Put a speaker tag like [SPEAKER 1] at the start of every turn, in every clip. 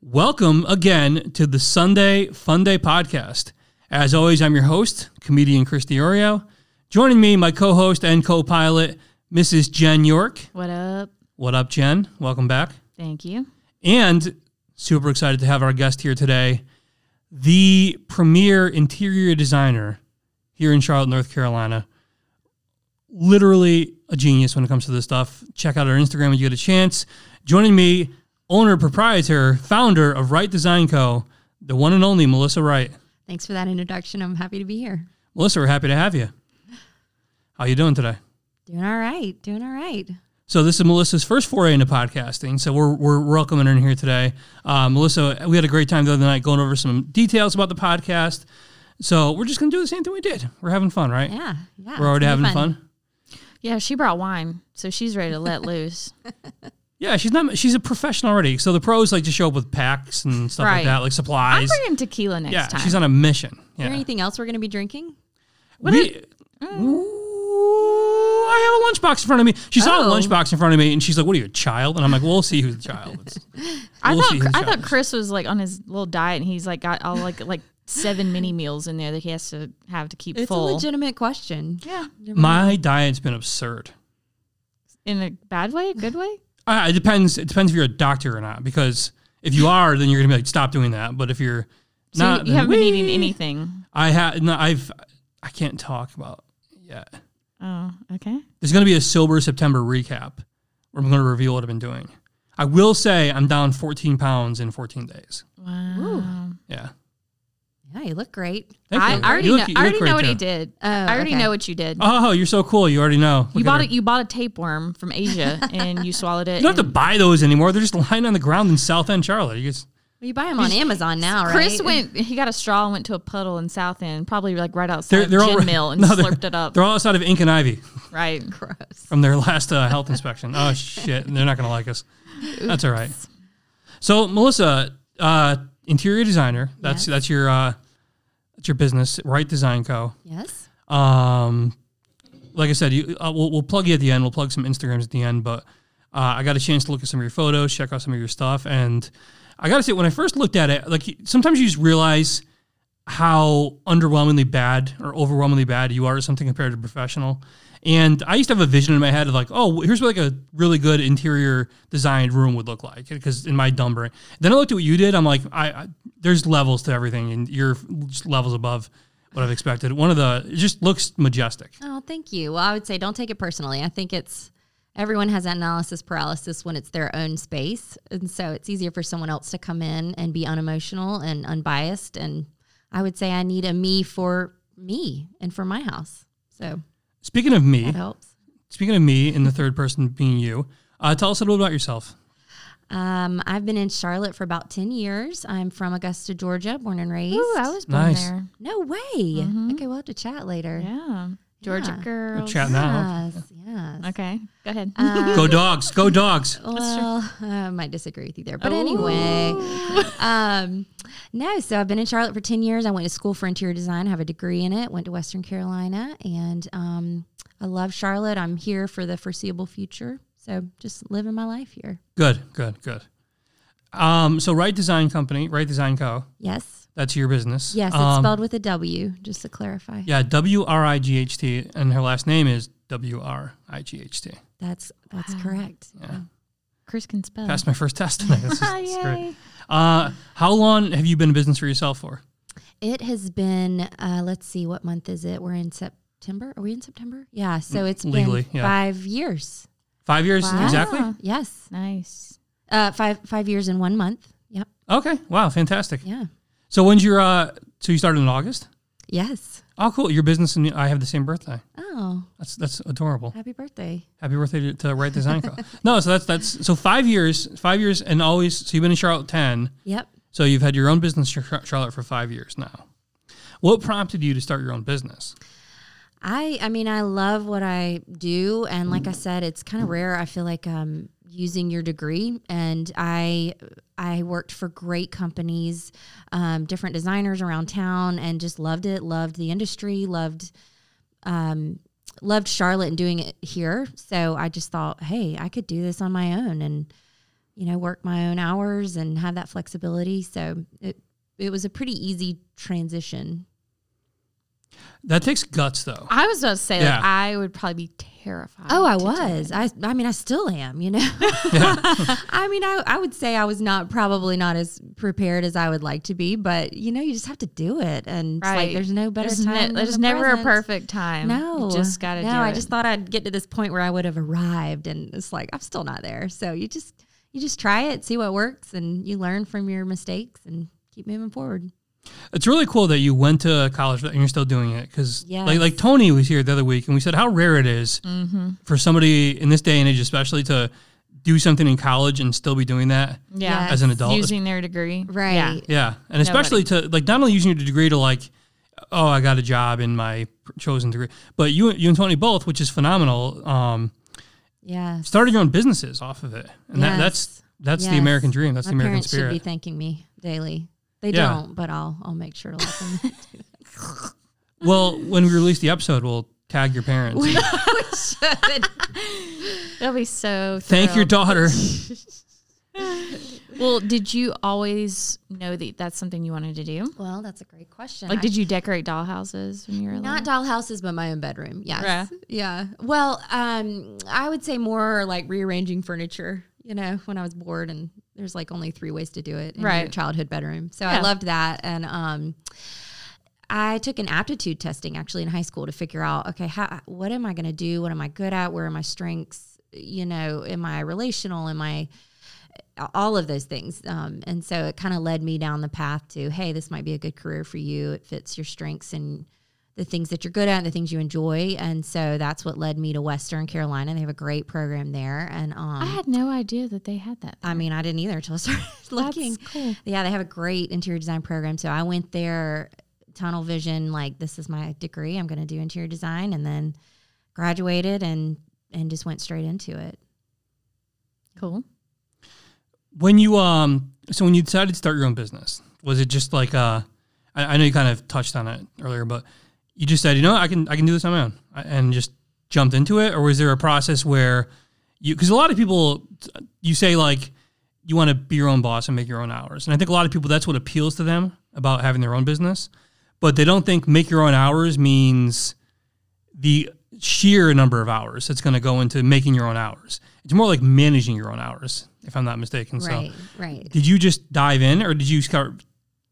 [SPEAKER 1] Welcome again to the Sunday Fun Day podcast. As always, I'm your host, comedian Chris Diorio. Joining me, my co host and co pilot, Mrs. Jen York.
[SPEAKER 2] What up?
[SPEAKER 1] What up, Jen? Welcome back.
[SPEAKER 2] Thank you.
[SPEAKER 1] And super excited to have our guest here today, the premier interior designer here in Charlotte, North Carolina. Literally a genius when it comes to this stuff. Check out our Instagram when you get a chance. Joining me, owner, proprietor, founder of Wright Design Co., the one and only Melissa Wright.
[SPEAKER 2] Thanks for that introduction. I'm happy to be here.
[SPEAKER 1] Melissa, we're happy to have you. How you doing today?
[SPEAKER 2] Doing all right. Doing all right.
[SPEAKER 1] So this is Melissa's first foray into podcasting. So we're we're welcoming her in here today. Uh, Melissa, we had a great time the other night going over some details about the podcast. So we're just gonna do the same thing we did. We're having fun, right?
[SPEAKER 2] Yeah. Yeah.
[SPEAKER 1] we're already
[SPEAKER 2] it's
[SPEAKER 1] having
[SPEAKER 2] gonna be
[SPEAKER 1] fun.
[SPEAKER 3] Yeah, she brought wine, so she's ready to let loose.
[SPEAKER 1] Yeah, she's not. She's a professional already. So the pros like to show up with packs and stuff like
[SPEAKER 3] Right.
[SPEAKER 1] that, like
[SPEAKER 3] I'm
[SPEAKER 1] supplies.
[SPEAKER 3] bringing tequila next
[SPEAKER 1] yeah,
[SPEAKER 3] time.
[SPEAKER 1] she's on a mission.
[SPEAKER 2] Is there
[SPEAKER 1] Yeah.
[SPEAKER 2] anything else we're going to be drinking?
[SPEAKER 1] We, Ooh, I have a lunchbox in front of me. She saw
[SPEAKER 2] Oh.
[SPEAKER 1] a lunchbox in front of me, and she's like, "What are you, a child?" And I'm like, "We'll see who's the child." is."
[SPEAKER 3] I
[SPEAKER 1] We'll see who
[SPEAKER 3] thought I
[SPEAKER 1] shot
[SPEAKER 3] thought
[SPEAKER 1] this.
[SPEAKER 3] Chris was like on his little diet, and he's like got all like like seven mini meals in there that he has to have to keep
[SPEAKER 2] It's
[SPEAKER 3] full
[SPEAKER 2] a legitimate question.
[SPEAKER 3] Yeah.
[SPEAKER 1] My diet's been absurd.
[SPEAKER 3] in a bad way, a good way.
[SPEAKER 1] Uh, it depends. It depends if you're a doctor or not. Because if you are, then you're gonna be like, stop doing that. But if you're
[SPEAKER 3] So
[SPEAKER 1] not,
[SPEAKER 3] you
[SPEAKER 1] then
[SPEAKER 3] haven't been eating
[SPEAKER 1] whee!
[SPEAKER 3] anything.
[SPEAKER 1] I have. No, I've. I can't talk about yet.
[SPEAKER 3] Oh, okay.
[SPEAKER 1] There's gonna be a sober September recap where I'm gonna reveal what I've been doing. I will say I'm down 14 pounds in 14 days.
[SPEAKER 3] Wow.
[SPEAKER 1] Yeah.
[SPEAKER 2] Yeah, you look great.
[SPEAKER 1] Thank
[SPEAKER 3] I,
[SPEAKER 1] you.
[SPEAKER 3] I already
[SPEAKER 1] You
[SPEAKER 3] know.
[SPEAKER 1] look- you
[SPEAKER 3] I
[SPEAKER 1] look
[SPEAKER 3] already know
[SPEAKER 1] great,
[SPEAKER 3] what he
[SPEAKER 1] too.
[SPEAKER 3] did.
[SPEAKER 2] Oh,
[SPEAKER 3] I already
[SPEAKER 2] okay.
[SPEAKER 3] know what you did.
[SPEAKER 1] Oh, you're so cool. You already know. Look
[SPEAKER 3] you
[SPEAKER 1] at
[SPEAKER 3] bought
[SPEAKER 1] her.
[SPEAKER 3] it. You bought a tapeworm from Asia, and you swallowed it.
[SPEAKER 1] You don't have to
[SPEAKER 3] and-
[SPEAKER 1] buy those anymore. They're just lying on the ground in South End, Charlotte. You just,
[SPEAKER 2] Well, you buy them on Amazon now, right?
[SPEAKER 3] Chris went. He got a straw and went to a puddle in South End, probably like right outside
[SPEAKER 1] they're,
[SPEAKER 3] of
[SPEAKER 1] they're all
[SPEAKER 3] Gin Mill, and
[SPEAKER 1] no, they're-
[SPEAKER 3] slurped it up.
[SPEAKER 1] They're all outside of Ink and Ivy.
[SPEAKER 3] Right.
[SPEAKER 2] Gross.
[SPEAKER 1] from their last uh, health inspection. Oh shit, they're not gonna like us. That's all right. So Melissa, uh, interior designer. That's
[SPEAKER 2] Yes.
[SPEAKER 1] that's your uh, that's your business, Right Design Co.
[SPEAKER 2] Yes.
[SPEAKER 1] Um, like I said, you, uh, we'll, we'll plug you at the end. We'll plug some Instagrams at the end. But uh, I got a chance to look at some of your photos, check out some of your stuff, and I gotta say, when I first looked at it, like sometimes you just realize how underwhelmingly bad or overwhelmingly bad you are at something compared to professional. And I used to have a vision in my head of like, oh, here's what like a really good interior designed room would look like. Because in my dumb brain, then I looked at what you did. I'm like, I, I there's levels to everything, and you're just levels above what I've expected. One of the it just looks majestic.
[SPEAKER 2] Oh, thank you. Well, I would say don't take it personally. I think it's everyone has analysis paralysis when it's their own space. And so it's easier for someone else to come in and be unemotional and unbiased. And I would say I need a me for me and for my house. So
[SPEAKER 1] Speaking of me,
[SPEAKER 2] that helps.
[SPEAKER 1] speaking of me, in the third person being you, uh, tell us a little about yourself.
[SPEAKER 2] Um, I've been in Charlotte for about 10 years. I'm from Augusta, Georgia, born and raised.
[SPEAKER 3] Ooh, I was born
[SPEAKER 1] Nice.
[SPEAKER 3] there.
[SPEAKER 2] no way. Okay, we'll have to chat later.
[SPEAKER 3] Yeah. Georgia
[SPEAKER 2] Yeah.
[SPEAKER 3] girl.
[SPEAKER 1] Chat now.
[SPEAKER 2] Yes, yes.
[SPEAKER 3] Okay. Go ahead.
[SPEAKER 2] Uh,
[SPEAKER 1] Go dogs. Go dogs.
[SPEAKER 2] Well, I might disagree with you there, but anyway, um, no. So I've been in Charlotte for ten years. I went to school for interior design, have a degree in it. Went to Western Carolina, and um, I love Charlotte. I'm here for the foreseeable future, so just living my life here.
[SPEAKER 1] Good, good, good. Um, so Right Design Company, Right Design Co.
[SPEAKER 2] Yes,
[SPEAKER 1] That's your business.
[SPEAKER 2] yes. It's
[SPEAKER 1] Um,
[SPEAKER 2] spelled with a W, just to clarify.
[SPEAKER 1] Yeah, W R I G H T, and her last name is W R I G H T.
[SPEAKER 2] That's that's correct.
[SPEAKER 1] Yeah.
[SPEAKER 3] Chris can spell.
[SPEAKER 1] Passed my first test tonight. This is,
[SPEAKER 3] Ah,
[SPEAKER 1] this is great.
[SPEAKER 3] yay.
[SPEAKER 1] Uh, how long have you been in business for yourself for?
[SPEAKER 2] It has been. Uh, let's see, what month is it? We're in September. Are we in September? Yeah. So it's
[SPEAKER 1] legally,
[SPEAKER 2] been
[SPEAKER 1] yeah.
[SPEAKER 2] five years.
[SPEAKER 1] Five years
[SPEAKER 2] Wow.
[SPEAKER 1] exactly.
[SPEAKER 3] Ah,
[SPEAKER 2] Yes.
[SPEAKER 3] Nice.
[SPEAKER 2] Uh, five five years in one month. Yep.
[SPEAKER 1] Okay. Wow. Fantastic.
[SPEAKER 2] Yeah.
[SPEAKER 1] So when's your? Uh, so you started in August.
[SPEAKER 2] Yes.
[SPEAKER 1] Oh, cool. Your business and I have the same birthday.
[SPEAKER 2] Oh,
[SPEAKER 1] That's that's adorable.
[SPEAKER 2] happy birthday.
[SPEAKER 1] Happy birthday to, to Right Design Co. no, so that's that's so five years, five years, and always. So you've been in Charlotte ten.
[SPEAKER 2] Yep.
[SPEAKER 1] So you've had your own business, in Char- Charlotte, for five years now. What prompted you to start your own business?
[SPEAKER 2] I I mean I love what I do and like I said it's kind of rare I feel like um using your degree and I I worked for great companies um, different designers around town and just loved it loved the industry loved um loved Charlotte and doing it here so I just thought hey I could do this on my own and you know, work my own hours and have that flexibility. So it it was a pretty easy transition.
[SPEAKER 1] That takes guts, though.
[SPEAKER 3] I was about to say,
[SPEAKER 1] Yeah.
[SPEAKER 3] like, I would probably be terrified.
[SPEAKER 2] Oh, I
[SPEAKER 3] to do
[SPEAKER 2] was.
[SPEAKER 3] it.
[SPEAKER 2] I I mean, I still am. You know, I mean, I I would say I was not probably not as prepared as I would like to be, but you know, you just have to do it, and it's like
[SPEAKER 3] Right.
[SPEAKER 2] there's no better
[SPEAKER 3] There's, ne-
[SPEAKER 2] time. than
[SPEAKER 3] there's
[SPEAKER 2] the
[SPEAKER 3] never a
[SPEAKER 2] present.
[SPEAKER 3] perfect time.
[SPEAKER 2] No,
[SPEAKER 3] you just gotta
[SPEAKER 2] no,
[SPEAKER 3] do
[SPEAKER 2] I
[SPEAKER 3] it.
[SPEAKER 2] just thought I'd get to this point where I would have arrived, and it's like I'm still not there. So you just you just try it, see what works, and you learn from your mistakes and keep moving forward.
[SPEAKER 1] It's really cool that you went to college and you're still doing it because,
[SPEAKER 2] Yes. Mm-hmm.
[SPEAKER 1] like, like Tony was here the other week and we said how rare it is for somebody in this day and age, especially to do something in college and still be doing that
[SPEAKER 3] yeah,
[SPEAKER 1] as an adult.
[SPEAKER 3] using their degree, Yeah.
[SPEAKER 2] Right.
[SPEAKER 1] yeah, and especially to like not only using your degree to like, oh, I got a job in my chosen degree, but you you and Tony both, which is phenomenal. Um,
[SPEAKER 2] Yeah.
[SPEAKER 1] started your own businesses off of it, and that, that's
[SPEAKER 2] Yes.
[SPEAKER 1] that's the
[SPEAKER 2] Yes.
[SPEAKER 1] American dream. That's
[SPEAKER 2] My
[SPEAKER 1] the American
[SPEAKER 2] parents should be
[SPEAKER 1] spirit.
[SPEAKER 2] thanking me daily. They
[SPEAKER 1] Yeah.
[SPEAKER 2] don't, but I'll I'll make sure to let them. know.
[SPEAKER 1] well, when we release the episode, we'll tag your parents.
[SPEAKER 3] They'll be so.
[SPEAKER 1] Thank your
[SPEAKER 3] thrilled.
[SPEAKER 1] daughter.
[SPEAKER 3] Well, did you always know that that's something you wanted to do?
[SPEAKER 2] well, that's a great question.
[SPEAKER 3] Like,
[SPEAKER 2] I-
[SPEAKER 3] did you decorate dollhouses when you were
[SPEAKER 2] Not
[SPEAKER 3] little?
[SPEAKER 2] dollhouses, but my own bedroom. Yes.
[SPEAKER 3] Yeah.
[SPEAKER 2] Yeah. Well, um, I would say more like rearranging furniture, you know, when I was bored and there's like only three ways to do it in your
[SPEAKER 3] Right.
[SPEAKER 2] childhood bedroom. So
[SPEAKER 3] Yeah.
[SPEAKER 2] I loved that. And um, I took an aptitude testing actually in high school to figure out, okay, how, what am I going to do? What am I good at? Where are my strengths? You know, am I relational? Am I all of those things. Um, and so it kind of led me down the path to, hey, this might be a good career for you. It fits your strengths and the things that you're good at and the things you enjoy. And so that's what led me to Western Carolina. They have a great program there. And um,
[SPEAKER 3] I had no idea that they had that.
[SPEAKER 2] I mean, I didn't either until I started looking.
[SPEAKER 3] That's cool.
[SPEAKER 2] Yeah, they have a great interior design program. So I went there, tunnel vision, like this is my degree. I'm going to do interior design, and then graduated and and just went straight into it.
[SPEAKER 3] Cool.
[SPEAKER 1] when you um so when you decided to start your own business was it just like uh I, I know you kind of touched on it earlier but you just said you know i can i can do this on my own I- and just jumped into it or was there a process where you because a lot of people you say like you want to be your own boss and make your own hours and i think a lot of people that's what appeals to them about having their own business but they don't think make your own hours means the sheer number of hours that's going to go into making your own hours it's more like managing your own hours if i'm not mistaken so
[SPEAKER 2] Right, right.
[SPEAKER 1] did you just dive in or did you start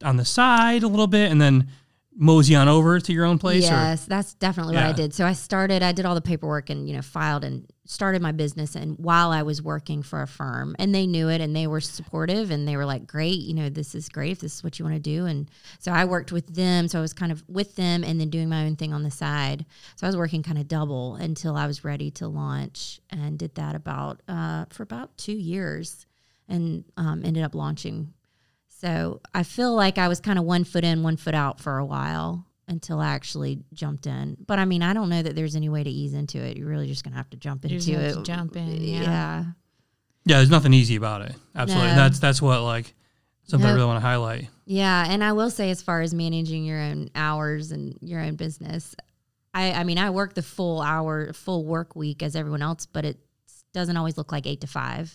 [SPEAKER 1] on the side a little bit and then mosey on over to your own place or
[SPEAKER 2] Yes, that's definitely what
[SPEAKER 1] Yeah.
[SPEAKER 2] I did. So I started, I did all the paperwork and, you know, filed and started my business. And while I was working for a firm and they knew it and they were supportive and they were like, great, you know, this is great if this is what you want to do. And so I worked with them. So I was kind of with them and then doing my own thing on the side. So I was working kind of double until I was ready to launch and did that about, uh, for about two years and um, ended up launching so I feel like I was kind of one foot in, one foot out for a while until I actually jumped in. But I mean, I don't know that there's any way to ease into it. You're really just gonna have to jump
[SPEAKER 3] You're just
[SPEAKER 2] into
[SPEAKER 3] gonna
[SPEAKER 2] it.
[SPEAKER 3] have to jump in, yeah.
[SPEAKER 1] yeah there's nothing easy about it absolutely
[SPEAKER 2] No.
[SPEAKER 1] that's that's what like something i
[SPEAKER 2] Nope.
[SPEAKER 1] really want to highlight
[SPEAKER 2] Yeah, and I will say, as far as managing your own hours and your own business, I, I mean, I work the full hour, full work week as everyone else, but it doesn't always look like eight to five.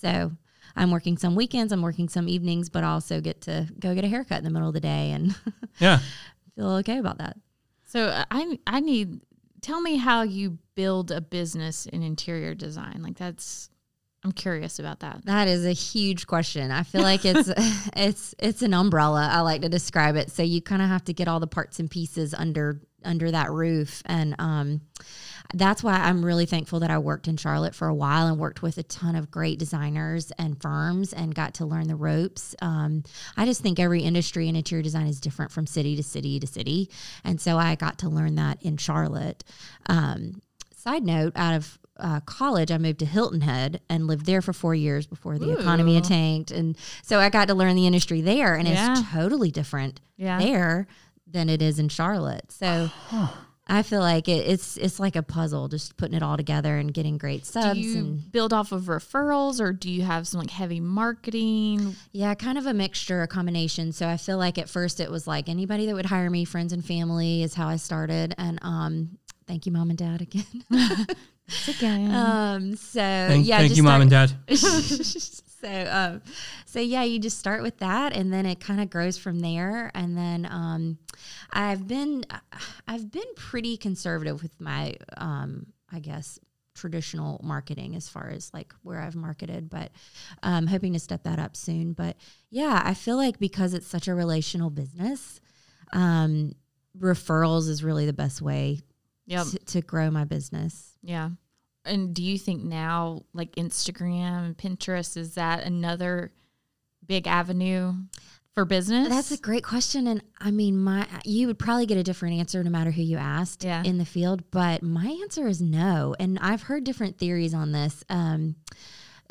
[SPEAKER 2] So I'm working some weekends, I'm working some evenings, but I also get to go get a haircut in the middle of the day and
[SPEAKER 1] yeah
[SPEAKER 2] feel okay about that.
[SPEAKER 3] So uh, I I need tell me how you build a business in interior design. Like that's I'm curious about that.
[SPEAKER 2] That is a huge question. I feel like it's it's it's an umbrella. I like to describe it. So you kind of have to get all the parts and pieces under under that roof and um that's why I'm really thankful that I worked in Charlotte for a while and worked with a ton of great designers and firms and got to learn the ropes. Um, I just think every industry in interior design is different from city to city to city. And so I got to learn that in Charlotte. Um, side note out of uh, college, I moved to Hilton Head and lived there for four years before the economy had tanked. And so I got to learn the industry there, and
[SPEAKER 3] Yeah.
[SPEAKER 2] it's totally different
[SPEAKER 3] Yeah.
[SPEAKER 2] there than it is in Charlotte. So. I feel like it, it's it's like a puzzle, just putting it all together and getting great subs.
[SPEAKER 3] Do you
[SPEAKER 2] and
[SPEAKER 3] build off of referrals or do you have some like heavy marketing?
[SPEAKER 2] yeah, kind of a mixture, a combination. So I feel like at first it was like anybody that would hire me, friends and family, is how I started. And um, thank you, mom and dad, again.
[SPEAKER 3] It's again.
[SPEAKER 2] um, so
[SPEAKER 1] thank,
[SPEAKER 2] Uh, yeah,
[SPEAKER 1] thank
[SPEAKER 2] just
[SPEAKER 1] you mom and dad
[SPEAKER 2] started- so um, so yeah, you just start with that, and then it kind of grows from there. And then um, I've been I've been pretty conservative with my um, I guess traditional marketing as far as like where I've marketed, but I'm hoping to step that up soon. But yeah, I feel like because it's such a relational business, um, referrals is really the best way
[SPEAKER 3] Yep.
[SPEAKER 2] to, to grow my business.
[SPEAKER 3] Yeah. And do you think now, like Instagram and Pinterest, is that another big avenue for business?
[SPEAKER 2] That's a great question, and I mean, my you would probably get a different answer no matter who you asked
[SPEAKER 3] Yeah.
[SPEAKER 2] in the field, but my answer is no. And I've heard different theories on this. Um,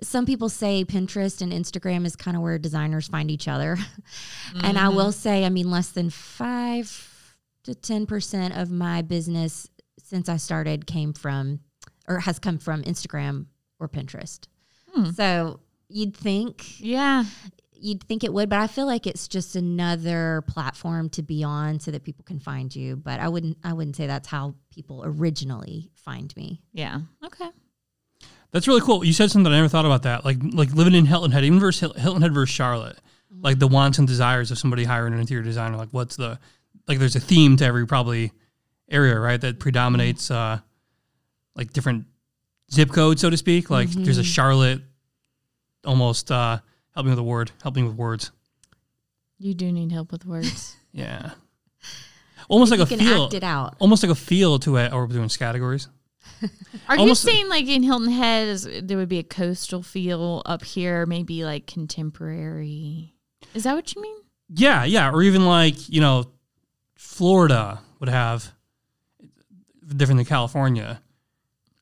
[SPEAKER 2] some people say Pinterest and Instagram is kind of where designers find each other, and
[SPEAKER 3] Mm-hmm.
[SPEAKER 2] I will say, I mean, less than five to ten percent of my business since I started came from, or has come from Instagram or Pinterest.
[SPEAKER 3] Hmm.
[SPEAKER 2] So you'd think
[SPEAKER 3] yeah.
[SPEAKER 2] you'd think it would, but I feel like it's just another platform to be on so that people can find you. But I wouldn't I wouldn't say that's how people originally find me.
[SPEAKER 3] Yeah. Okay.
[SPEAKER 1] That's really cool. You said something I never thought about that. Like like living in Hilton Head, even versus Hil- Hilton Head versus Charlotte.
[SPEAKER 2] Mm-hmm.
[SPEAKER 1] Like the wants and desires of somebody hiring an interior designer. Like what's the like? There's a theme to every probably area, right? That predominates uh
[SPEAKER 2] Mm-hmm.
[SPEAKER 1] like different zip codes, so to speak. Like
[SPEAKER 2] Mm-hmm.
[SPEAKER 1] there's a Charlotte, almost uh help me with a word, help me with words.
[SPEAKER 3] You do need help with words.
[SPEAKER 1] Yeah, almost like
[SPEAKER 2] you
[SPEAKER 1] a
[SPEAKER 2] can
[SPEAKER 1] feel,
[SPEAKER 2] act it out.
[SPEAKER 1] almost like a feel to it. Or we're doing categories.
[SPEAKER 3] Are
[SPEAKER 1] Almost-
[SPEAKER 3] you saying like in Hilton Head, is, there would be a coastal feel up here, maybe like contemporary? Is that what you mean?
[SPEAKER 1] Yeah, yeah, or even like you know, Florida would have different than California.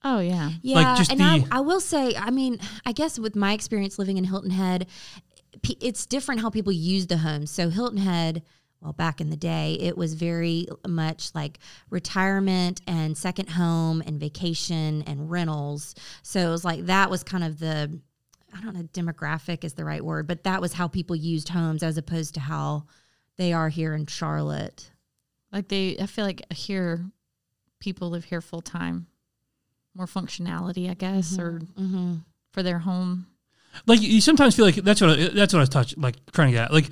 [SPEAKER 3] Oh yeah.
[SPEAKER 2] Yeah,
[SPEAKER 1] just
[SPEAKER 2] and I,
[SPEAKER 1] the-
[SPEAKER 2] I will say, I mean, I guess with my experience living in Hilton Head, pe- it's different how people use the homes. So Hilton Head, well, back in the day, it was very much like retirement and second home and vacation and rentals. So it was like that was kind of the, I don't know, demographic is the right word, but that was how people used homes as opposed to how they are here in Charlotte.
[SPEAKER 3] Like they, I feel like here, people live here full time. More functionality, I guess, or
[SPEAKER 2] Mm-hmm.
[SPEAKER 3] for their home.
[SPEAKER 1] Like you sometimes feel like that's what I, that's what I was touch like trying to get. At. Like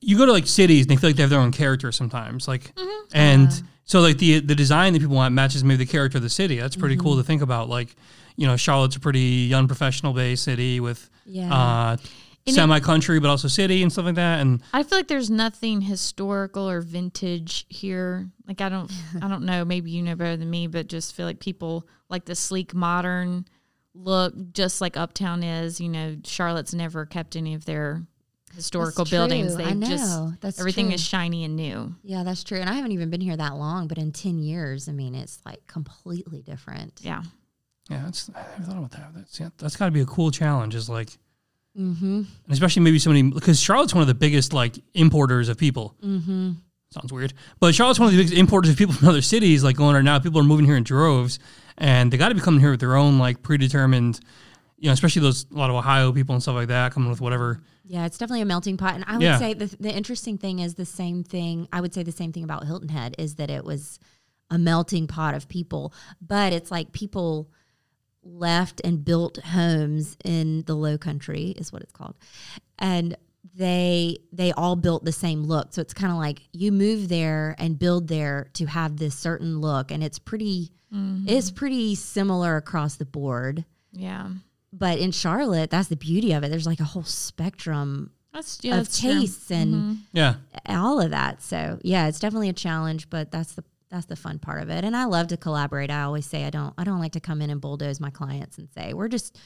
[SPEAKER 1] you go to like cities and they feel like they have their own character sometimes. Like and so like the the design that people want matches maybe the character of the city. That's pretty cool to think about. Like you know, Charlotte's a pretty young professional bay city with
[SPEAKER 2] Yeah.
[SPEAKER 1] uh,
[SPEAKER 3] it-
[SPEAKER 1] semi country, but also city and stuff like that. And
[SPEAKER 3] I feel like there's nothing historical or vintage here. Like I don't I don't know, maybe you know better than me, but just feel like people like the sleek modern look just like uptown is, you know, Charlotte's never kept any of their historical
[SPEAKER 2] That's true.
[SPEAKER 3] buildings. They
[SPEAKER 2] I
[SPEAKER 3] just
[SPEAKER 2] know. That's
[SPEAKER 3] everything
[SPEAKER 2] true.
[SPEAKER 3] is shiny and new.
[SPEAKER 2] Yeah, that's true. And I haven't even been here that long, but in 10 years, I mean, it's like completely different.
[SPEAKER 3] Yeah.
[SPEAKER 1] yeah, that's I never thought about that. That's yeah, that's got to be a cool challenge. Is like
[SPEAKER 2] Mm-hmm.
[SPEAKER 1] and especially maybe somebody because Charlotte's one of the biggest like importers of people.
[SPEAKER 2] Mm-hmm.
[SPEAKER 1] Sounds weird, but Charlotte's one of the biggest importers of people from other cities. Like going right now, people are moving here in droves, and they got to be coming here with their own like predetermined, you know, especially those a lot of Ohio people and stuff like that coming with whatever.
[SPEAKER 2] Yeah, it's definitely a melting pot. And I would
[SPEAKER 1] Yeah.
[SPEAKER 2] say the, the interesting thing is the same thing. I would say the same thing about Hilton Head is that it was a melting pot of people, but it's like people left and built homes in the low country is what it's called. And they they all built the same look. So it's kind of like you move there and build there to have this certain look and it's pretty it's pretty similar across the board.
[SPEAKER 3] Yeah.
[SPEAKER 2] But in Charlotte, that's the beauty of it. There's like a whole spectrum
[SPEAKER 3] That's yeah,
[SPEAKER 2] of
[SPEAKER 3] that's true. Mm-hmm.
[SPEAKER 2] tastes and
[SPEAKER 1] Yeah,
[SPEAKER 2] all of that. So yeah, it's definitely a challenge, but that's the that's the fun part of it. And I love to collaborate. I always say I don't I don't like to come in and bulldoze my clients and say we're just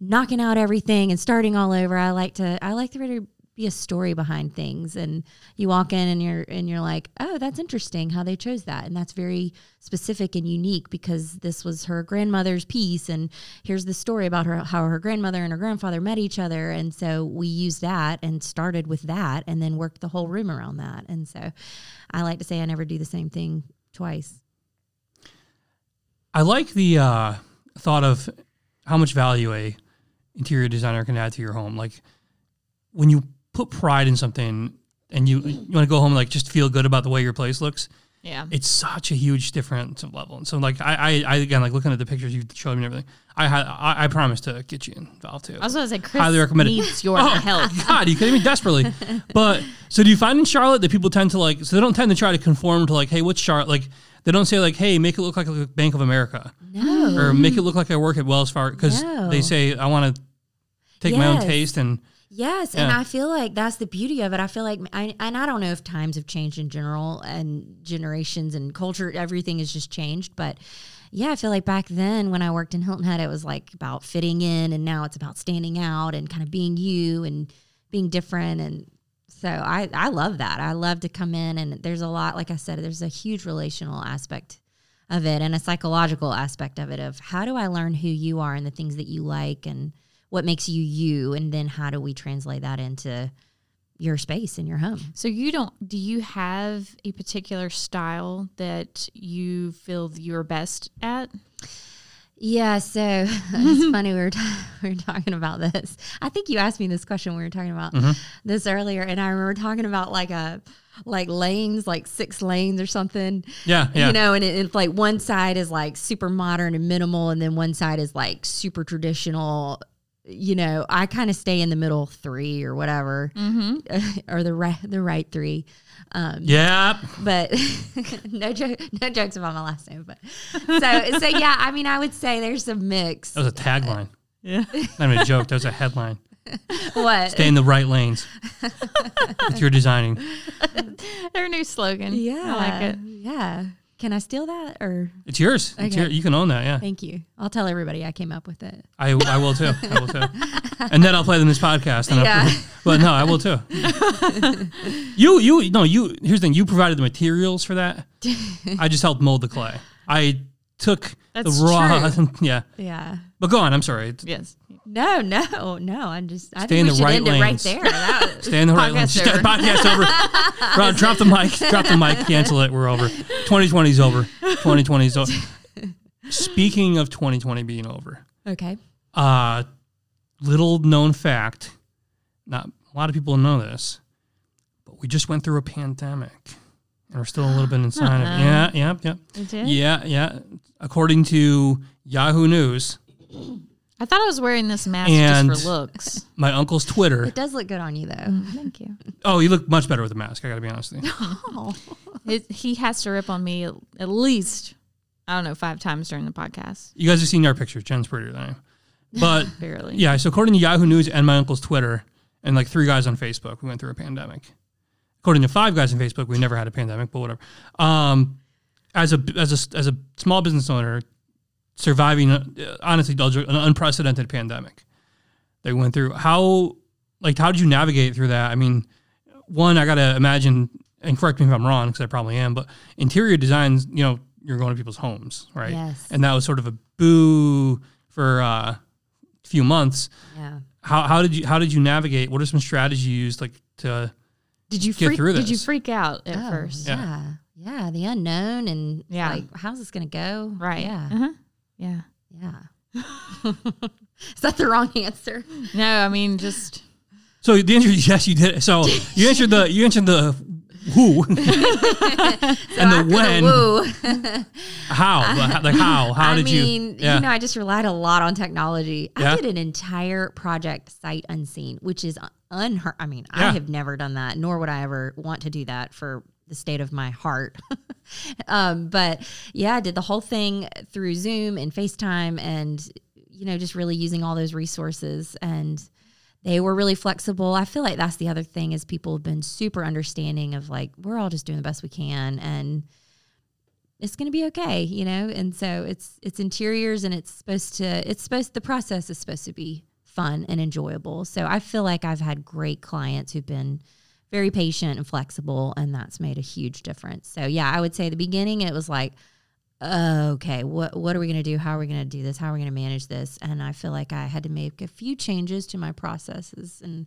[SPEAKER 2] knocking out everything and starting all over. I like to I like there to be a story behind things. And you walk in and you're and you're like, oh, that's interesting how they chose that, and that's very specific and unique because this was her grandmother's piece, and here's the story about her how her grandmother and her grandfather met each other, and so we used that and started with that, and then worked the whole room around that. And so, I like to say I never do the same thing twice.
[SPEAKER 1] I like the uh, thought of how much value a interior designer can add to your home. Like when you put pride in something and you you want to go home and like just feel good about the way your place looks.
[SPEAKER 3] Yeah.
[SPEAKER 1] it's such a huge difference of level. And so like I, I, I again like looking at the pictures you showed me and everything. I had I, I promise to get you in Valve too.
[SPEAKER 3] I was going to say, Chris
[SPEAKER 1] Highly recommend it.
[SPEAKER 3] needs your
[SPEAKER 1] Oh,
[SPEAKER 3] help.
[SPEAKER 1] God, you kidding me? Desperately. But so do you find in Charlotte that people tend to like? So they don't tend to try to conform to like, hey, what's Charlotte? Like they don't say like, hey, make it look like a Bank of America
[SPEAKER 2] No.
[SPEAKER 1] or make it look like I work at Wells Fargo because
[SPEAKER 2] No.
[SPEAKER 1] they say I want to take my own
[SPEAKER 2] Yes.
[SPEAKER 1] taste and
[SPEAKER 2] Yes, and
[SPEAKER 1] Yeah.
[SPEAKER 2] I feel like that's the beauty of it. I feel like, I, and I don't know if times have changed in general and generations and culture, everything has just changed. But yeah, I feel like back then when I worked in Hilton Head, it was like about fitting in, and now it's about standing out and kind of being you and being different. And so I, I love that. I love to come in, and there's a lot, like I said, there's a huge relational aspect of it and a psychological aspect of it of how do I learn who you are and the things that you like and what makes you you and then how do we translate that into your space in your home
[SPEAKER 3] So you don't do you have a particular style that you feel you're best at?
[SPEAKER 2] yeah so it's funny we were, t- we were talking about this i think you asked me this question when we were talking about this earlier and i remember talking about like a like lanes like six lanes or something
[SPEAKER 1] yeah, yeah.
[SPEAKER 2] you know and it, it's like one side is like super modern and minimal and then one side is like super traditional you know i kind of stay in the middle three or whatever
[SPEAKER 3] Mm-hmm.
[SPEAKER 2] or the right the right three um
[SPEAKER 1] yeah.
[SPEAKER 2] but no joke, no jokes about my last name. But so, so yeah, I mean, I would say there's a mix.
[SPEAKER 1] That was a tagline.
[SPEAKER 3] Yeah.
[SPEAKER 1] Not even a joke. That was a headline.
[SPEAKER 2] What?
[SPEAKER 1] Stay in the right lanes. if you're designing,
[SPEAKER 3] Their new slogan.
[SPEAKER 2] yeah,
[SPEAKER 3] I like it.
[SPEAKER 2] Yeah. Can I steal that? Or
[SPEAKER 1] it's yours. It's
[SPEAKER 2] Okay.
[SPEAKER 1] your, you can own that. Yeah,
[SPEAKER 2] thank you. I'll tell everybody I came up with it.
[SPEAKER 1] I, I will too. I will too. And then I'll play them this podcast. And
[SPEAKER 2] Yeah.
[SPEAKER 1] I'll, but no, I will too. you you no you. Here's the thing. You provided the materials for that. I just helped mold the clay. I took
[SPEAKER 3] That's
[SPEAKER 1] the raw. yeah,
[SPEAKER 2] Yeah.
[SPEAKER 1] but go on. I'm sorry.
[SPEAKER 3] Yes.
[SPEAKER 2] No, no, no. I'm just. I
[SPEAKER 1] Stay
[SPEAKER 2] think
[SPEAKER 1] in
[SPEAKER 2] we
[SPEAKER 1] the
[SPEAKER 2] should
[SPEAKER 1] right
[SPEAKER 2] end it right
[SPEAKER 1] lanes.
[SPEAKER 2] there. That was-
[SPEAKER 1] Stay in the right lane.
[SPEAKER 3] Podcast
[SPEAKER 1] Just-
[SPEAKER 3] over.
[SPEAKER 1] Podcast over. Rob, drop the mic. Drop the mic. Cancel it. We're over. 2020 is over. 2020 is over. Speaking of 2020 being over,
[SPEAKER 2] okay.
[SPEAKER 1] uh, little known fact, not a lot of people know this, but we just went through a pandemic and we're still a little bit inside of it.
[SPEAKER 3] Uh-oh.
[SPEAKER 1] Yeah, yeah, yeah.
[SPEAKER 3] You did?
[SPEAKER 1] Yeah, yeah. According to Yahoo News,
[SPEAKER 3] I thought I was wearing this mask
[SPEAKER 1] And-
[SPEAKER 3] just for looks.
[SPEAKER 1] my uncle's Twitter.
[SPEAKER 2] It does look good on you though.
[SPEAKER 3] Thank you.
[SPEAKER 1] Oh, you look much better with a mask. I got to be honest with you.
[SPEAKER 3] It, he has to rip on me at- at least, I don't know, five times during the podcast.
[SPEAKER 1] You guys have seen our pictures. Jen's prettier than I am. But
[SPEAKER 3] Barely.
[SPEAKER 1] Yeah, so according to Yahoo News and my uncle's Twitter and like three guys on Facebook, we went through a pandemic. According to five guys on Facebook, we never had a pandemic, but whatever. Um, as a as a as a small business owner, surviving uh, honestly an unprecedented pandemic, they went through. How like how did you navigate through that? I mean, one, I gotta imagine, and correct me if I'm wrong, because I probably am, but interior designs, you know, you're going to people's homes, right?
[SPEAKER 2] Yes.
[SPEAKER 1] And that was sort of a boo for. Uh, few months.
[SPEAKER 2] Yeah.
[SPEAKER 1] How, how did you how did you navigate? What are some strategies you used like to
[SPEAKER 3] Did you
[SPEAKER 1] Get
[SPEAKER 3] freak,
[SPEAKER 1] through
[SPEAKER 3] Did you
[SPEAKER 1] this.
[SPEAKER 3] freak out at
[SPEAKER 2] Oh,
[SPEAKER 3] first?
[SPEAKER 2] Yeah. yeah. The unknown and
[SPEAKER 3] Yeah.
[SPEAKER 2] like, how's this gonna go?
[SPEAKER 3] Right.
[SPEAKER 2] Yeah.
[SPEAKER 3] Uh-huh. Yeah.
[SPEAKER 2] Yeah. Is that the wrong answer?
[SPEAKER 3] No, I mean, just
[SPEAKER 1] So the answer is yes, you did. it. So you answered the you answered the who and the when.
[SPEAKER 2] Woo.
[SPEAKER 1] How like how how
[SPEAKER 2] I
[SPEAKER 1] did
[SPEAKER 2] mean,
[SPEAKER 1] you? Yeah.
[SPEAKER 2] know, I just relied a lot on technology.
[SPEAKER 1] Yeah.
[SPEAKER 2] I did an entire project sight unseen, which is unheard. I mean,
[SPEAKER 1] Yeah.
[SPEAKER 2] I have never done that, nor would I ever want to do that for the state of my heart. um, but yeah, I did the whole thing through Zoom and FaceTime, and you know, just really using all those resources and. They were really flexible. I feel like that's the other thing is people have been super understanding of like we're all just doing the best we can and it's going to be okay, you know. And so it's it's interiors, and it's supposed to it's supposed the process is supposed to be fun and enjoyable. So I feel like I've had great clients who've been very patient and flexible, and that's made a huge difference. So yeah, I would say the beginning it was like, okay, what what are we going to do? How are we going to do this? How are we going to manage this? And I feel like I had to make a few changes to my processes and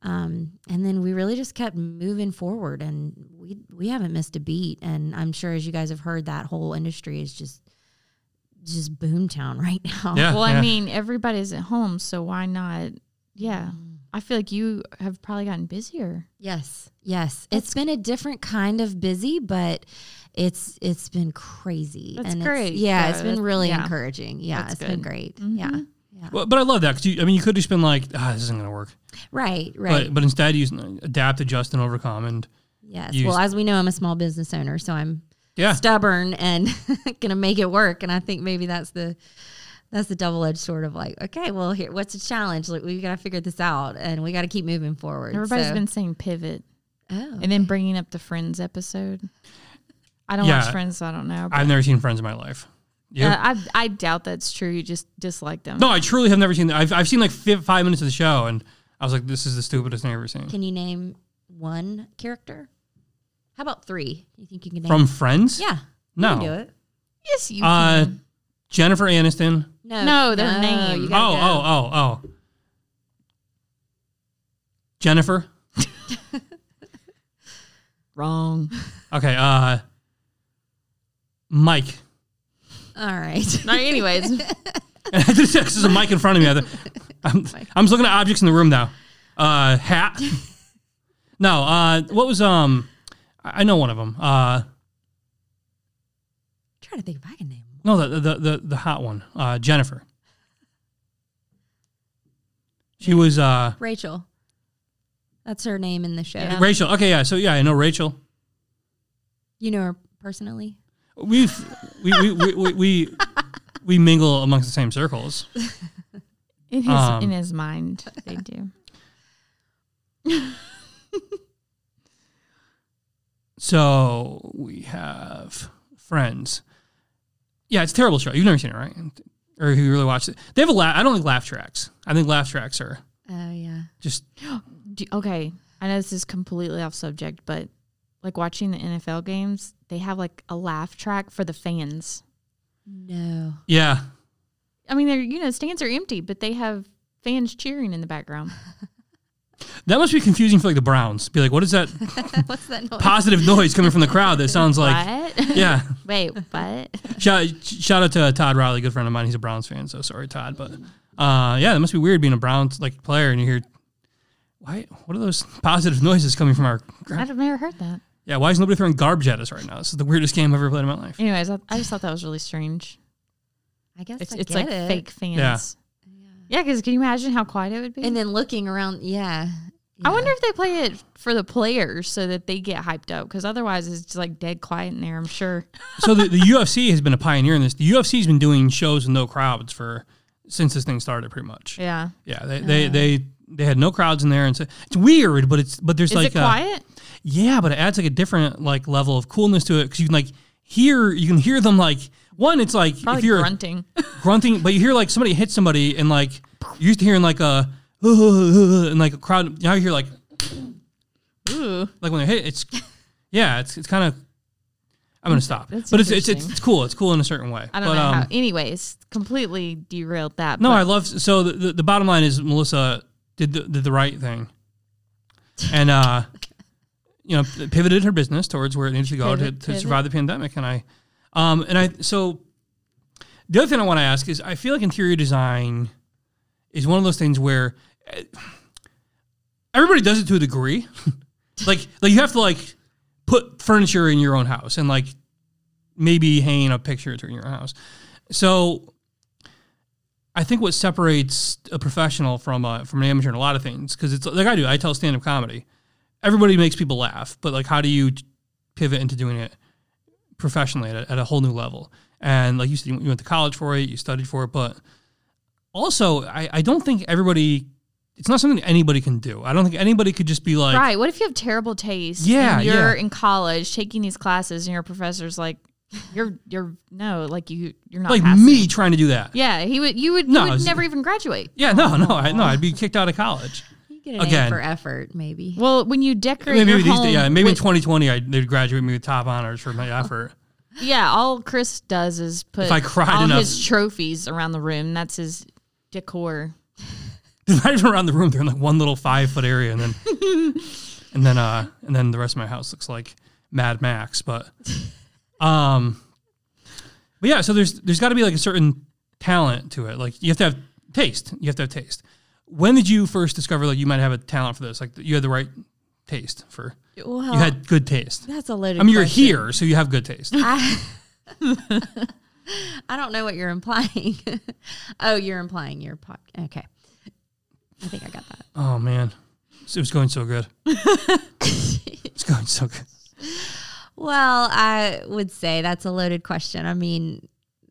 [SPEAKER 2] um, and then we really just kept moving forward and we we haven't missed a beat and i'm sure as you guys have heard that whole industry is just just boomtown right now
[SPEAKER 1] Yeah,
[SPEAKER 3] Well, I
[SPEAKER 1] yeah.
[SPEAKER 3] mean, everybody's at home, so why not? Yeah. I feel like you have probably gotten busier.
[SPEAKER 2] yes yes it's been a different kind of busy but it's it's been crazy.
[SPEAKER 3] That's
[SPEAKER 2] and
[SPEAKER 3] great,
[SPEAKER 2] It's, yeah,
[SPEAKER 3] though.
[SPEAKER 2] it's been
[SPEAKER 3] That-
[SPEAKER 2] really
[SPEAKER 3] yeah.
[SPEAKER 2] encouraging. Yeah,
[SPEAKER 3] That's
[SPEAKER 2] it's been
[SPEAKER 3] good. Mm-hmm.
[SPEAKER 2] great. Yeah. Yeah.
[SPEAKER 1] Well, but I love that because I mean, you could have just been like, ah, this isn't going to work.
[SPEAKER 2] Right, right.
[SPEAKER 1] But but instead, you adapt, adjust, and overcome. And
[SPEAKER 2] yes.
[SPEAKER 1] you-
[SPEAKER 2] Well, as we know, I'm a small business owner, so I'm
[SPEAKER 1] yeah,
[SPEAKER 2] stubborn and gonna make it work. And I think maybe that's the that's the double edged sword of like, okay, well here what's the challenge? Like we gotta figure this out and we gotta keep moving forward.
[SPEAKER 3] Everybody's
[SPEAKER 2] so,
[SPEAKER 3] been saying pivot
[SPEAKER 2] oh,
[SPEAKER 3] and then bringing up the Friends episode. I don't
[SPEAKER 1] Yeah.
[SPEAKER 3] watch Friends, so I don't know.
[SPEAKER 1] I've never seen Friends in my life. You?
[SPEAKER 3] Uh, I I doubt that's true. You just dislike them.
[SPEAKER 1] no, I truly have never seen that. I've, I've seen like five, five minutes of the show, and I was like, this is the stupidest thing I've ever seen.
[SPEAKER 2] can you name one character? How about three? You think you can name
[SPEAKER 1] From Friends?
[SPEAKER 2] Yeah. You
[SPEAKER 1] No.
[SPEAKER 2] can do it.
[SPEAKER 3] Yes, you.
[SPEAKER 1] Uh,
[SPEAKER 3] can.
[SPEAKER 1] Jennifer Aniston.
[SPEAKER 2] No.
[SPEAKER 3] No, their name.
[SPEAKER 2] you
[SPEAKER 1] Oh,
[SPEAKER 2] gotta go.
[SPEAKER 1] oh, oh, oh. Jennifer.
[SPEAKER 3] Wrong.
[SPEAKER 1] Okay. Uh, Mike.
[SPEAKER 2] All right.
[SPEAKER 3] No, anyways,
[SPEAKER 1] And I just there's a mic in front of me. I th- I'm, I'm just looking at objects in the room now. Uh, hat. No. Uh, what was um? I I know one of them. Uh,
[SPEAKER 2] trying to think if I can name one.
[SPEAKER 1] no, the the the, the hot one. Uh, Jennifer. She was uh
[SPEAKER 2] Rachel. That's her name in the show.
[SPEAKER 3] Yeah.
[SPEAKER 1] Rachel. Okay, yeah. So yeah, I know Rachel.
[SPEAKER 2] You know her personally?
[SPEAKER 1] We've we we we we, we, we mingle amongst the same circles.
[SPEAKER 3] in his
[SPEAKER 1] Um,
[SPEAKER 3] in his mind, they do.
[SPEAKER 1] So we have Friends. Yeah, it's a terrible show. You've never seen it, right? Or have you really watched it? They have a laugh. I don't like laugh tracks. I think laugh tracks are
[SPEAKER 2] Oh yeah.
[SPEAKER 1] just
[SPEAKER 3] do. Okay, I know this is completely off subject, but like watching the NFL games, they have like a laugh track for the fans.
[SPEAKER 2] No.
[SPEAKER 1] yeah.
[SPEAKER 3] I mean, they're you know stands are empty, but they have fans cheering in the background.
[SPEAKER 1] That must be confusing for like the Browns. Be like, what is that
[SPEAKER 2] What's that noise?
[SPEAKER 1] positive noise coming from the crowd that sounds like?
[SPEAKER 3] what?
[SPEAKER 1] Yeah.
[SPEAKER 3] Wait, what?
[SPEAKER 1] Shout, shout out to Todd Riley, good friend of mine. He's a Browns fan, so sorry, Todd. But uh, yeah, that must be weird being a Browns like player and you hear why? What are those positive noises coming from our? crowd?
[SPEAKER 3] I've never heard that.
[SPEAKER 1] Yeah, why is nobody throwing garbage at us right now? This is the weirdest game I've ever played in my life.
[SPEAKER 3] Anyways, I, I just thought that was really strange.
[SPEAKER 2] I guess
[SPEAKER 3] It's,
[SPEAKER 2] I
[SPEAKER 3] it's
[SPEAKER 2] get
[SPEAKER 3] like
[SPEAKER 2] it.
[SPEAKER 3] fake
[SPEAKER 1] Yeah.
[SPEAKER 3] fans. Yeah, because can you imagine how quiet it would be?
[SPEAKER 2] And then looking around, yeah.
[SPEAKER 3] I wonder if they play it for the players so that they get hyped up because otherwise it's just like dead quiet in there, I'm sure.
[SPEAKER 1] so the, the UFC has been a pioneer in this. The UFC's been doing shows with no crowds for since this thing started, pretty much. Yeah,
[SPEAKER 3] Yeah.
[SPEAKER 1] they, they they they had no crowds in there, and so it's weird, but it's but there's
[SPEAKER 3] Is
[SPEAKER 1] like
[SPEAKER 3] it
[SPEAKER 1] uh,
[SPEAKER 3] quiet?
[SPEAKER 1] yeah, but it adds like a different like level of coolness to it because you can like hear you can hear them like one. It's like
[SPEAKER 3] Probably
[SPEAKER 1] if you're
[SPEAKER 3] grunting.
[SPEAKER 1] grunting, but you hear like somebody hit somebody and like you're used to hearing like a and like a crowd. Now you hear like
[SPEAKER 3] Ooh.
[SPEAKER 1] like when they hit, it's yeah, it's it's kind of. I'm gonna stop,
[SPEAKER 3] That's
[SPEAKER 1] but it's, it's it's
[SPEAKER 3] interesting.
[SPEAKER 1] it's cool. It's cool in a certain way.
[SPEAKER 3] I don't
[SPEAKER 1] but,
[SPEAKER 3] know
[SPEAKER 1] um,
[SPEAKER 3] how. Anyways, completely derailed that.
[SPEAKER 1] No,
[SPEAKER 3] but
[SPEAKER 1] I love. So the, the, the bottom line is Melissa did the, did the right thing, and uh, you know p- pivoted her business towards where it needed to go to,
[SPEAKER 3] Pivot,
[SPEAKER 1] to
[SPEAKER 3] pivot.
[SPEAKER 1] survive the pandemic. And I, um, and I so the other thing I want to ask is I feel like interior design is one of those things where eh, everybody does it to a degree. like like you have to like put furniture in your own house and like maybe hanging up pictures in your own house. So I think what separates a professional from a, from an amateur in a lot of things because it's like I do. I tell stand up comedy. Everybody makes people laugh, but like, how do you t- pivot into doing it professionally at a, at a whole new level? And like you said, you went to college for it, you studied for it, but also I, I don't think everybody. It's not something anybody can do. I don't think anybody could just be like,
[SPEAKER 3] right. What if you have terrible taste?
[SPEAKER 1] Yeah,
[SPEAKER 3] And you're
[SPEAKER 1] yeah.
[SPEAKER 3] in college taking these classes and your professor's like, you're, you're, no, like you, you're not
[SPEAKER 1] like
[SPEAKER 3] passing.
[SPEAKER 1] me trying to do that.
[SPEAKER 3] Yeah. He would, you would,
[SPEAKER 1] No,
[SPEAKER 3] you would
[SPEAKER 1] it's-
[SPEAKER 3] never even graduate.
[SPEAKER 1] Yeah, no, no, I,
[SPEAKER 3] Oh.
[SPEAKER 1] no, I'd be kicked out of college.
[SPEAKER 2] you get an
[SPEAKER 1] Again.
[SPEAKER 2] A for effort, maybe.
[SPEAKER 3] Well, when you decorate
[SPEAKER 1] Maybe
[SPEAKER 3] your
[SPEAKER 1] these
[SPEAKER 3] home,
[SPEAKER 1] days, yeah, maybe in
[SPEAKER 3] with- Oh.
[SPEAKER 1] 2020, I, they'd graduate me with top honors for my effort.
[SPEAKER 3] Yeah, all Chris does is put
[SPEAKER 1] If I cried
[SPEAKER 3] all
[SPEAKER 1] enough-
[SPEAKER 3] his trophies around the room. That's his decor.
[SPEAKER 1] They're not even around the room. They're in like one little five foot area, and then and then uh and then the rest of my house looks like Mad Max. But um, but yeah. So there's there's got to be like a certain talent to it. Like you have to have taste. You have to have taste. When did you first discover like you might have a talent for this? Like you had the right taste for
[SPEAKER 2] Well,
[SPEAKER 3] Oh.
[SPEAKER 1] you had good taste.
[SPEAKER 2] that's a loaded.
[SPEAKER 1] I mean, you're
[SPEAKER 2] question.
[SPEAKER 1] here, so you have good taste.
[SPEAKER 2] I, I don't know what you're implying. oh, you're implying your pod. Okay, I think I got that.
[SPEAKER 1] Oh man, it was going so good. it's going so good.
[SPEAKER 2] Well, I would say that's a loaded question. I mean,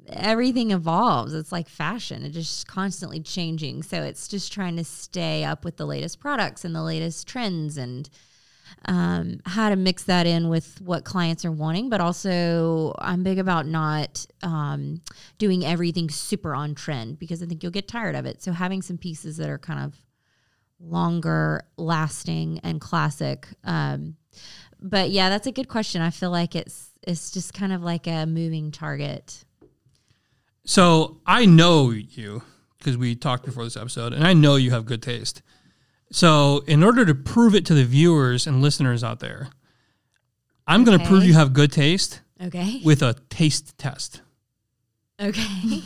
[SPEAKER 2] everything evolves. It's like fashion, it's just constantly changing. So it's just trying to stay up with the latest products and the latest trends and um, how to mix that in with what clients are wanting. But also, I'm big about not um, doing everything super on trend because I think you'll get tired of it. So having some pieces that are kind of longer lasting and classic. Um, but yeah, that's a good question. I feel like it's it's just kind of like a moving target.
[SPEAKER 1] So I know you because we talked before this episode, and I know you have good taste. So in order to prove it to the viewers and listeners out there, I'm going to
[SPEAKER 2] Okay.
[SPEAKER 1] prove you have good taste
[SPEAKER 2] Okay.
[SPEAKER 1] with a taste test.
[SPEAKER 2] Okay.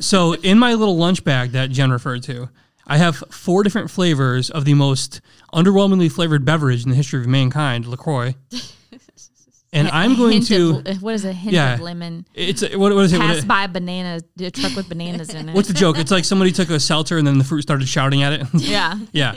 [SPEAKER 1] so in my little lunch bag that Jen referred to, I have four different flavors of the most underwhelmingly flavored beverage in the history of mankind, Lacroix. And I'm going
[SPEAKER 3] Hint
[SPEAKER 1] to.
[SPEAKER 3] of, what is a hint
[SPEAKER 1] Yeah.
[SPEAKER 3] of lemon?
[SPEAKER 1] It's what, what is it? What
[SPEAKER 3] Pass
[SPEAKER 1] it-
[SPEAKER 3] by bananas, a truck with bananas in it.
[SPEAKER 1] what's the joke? It's like somebody took a seltzer and then the fruit started shouting at it.
[SPEAKER 3] yeah,
[SPEAKER 1] yeah.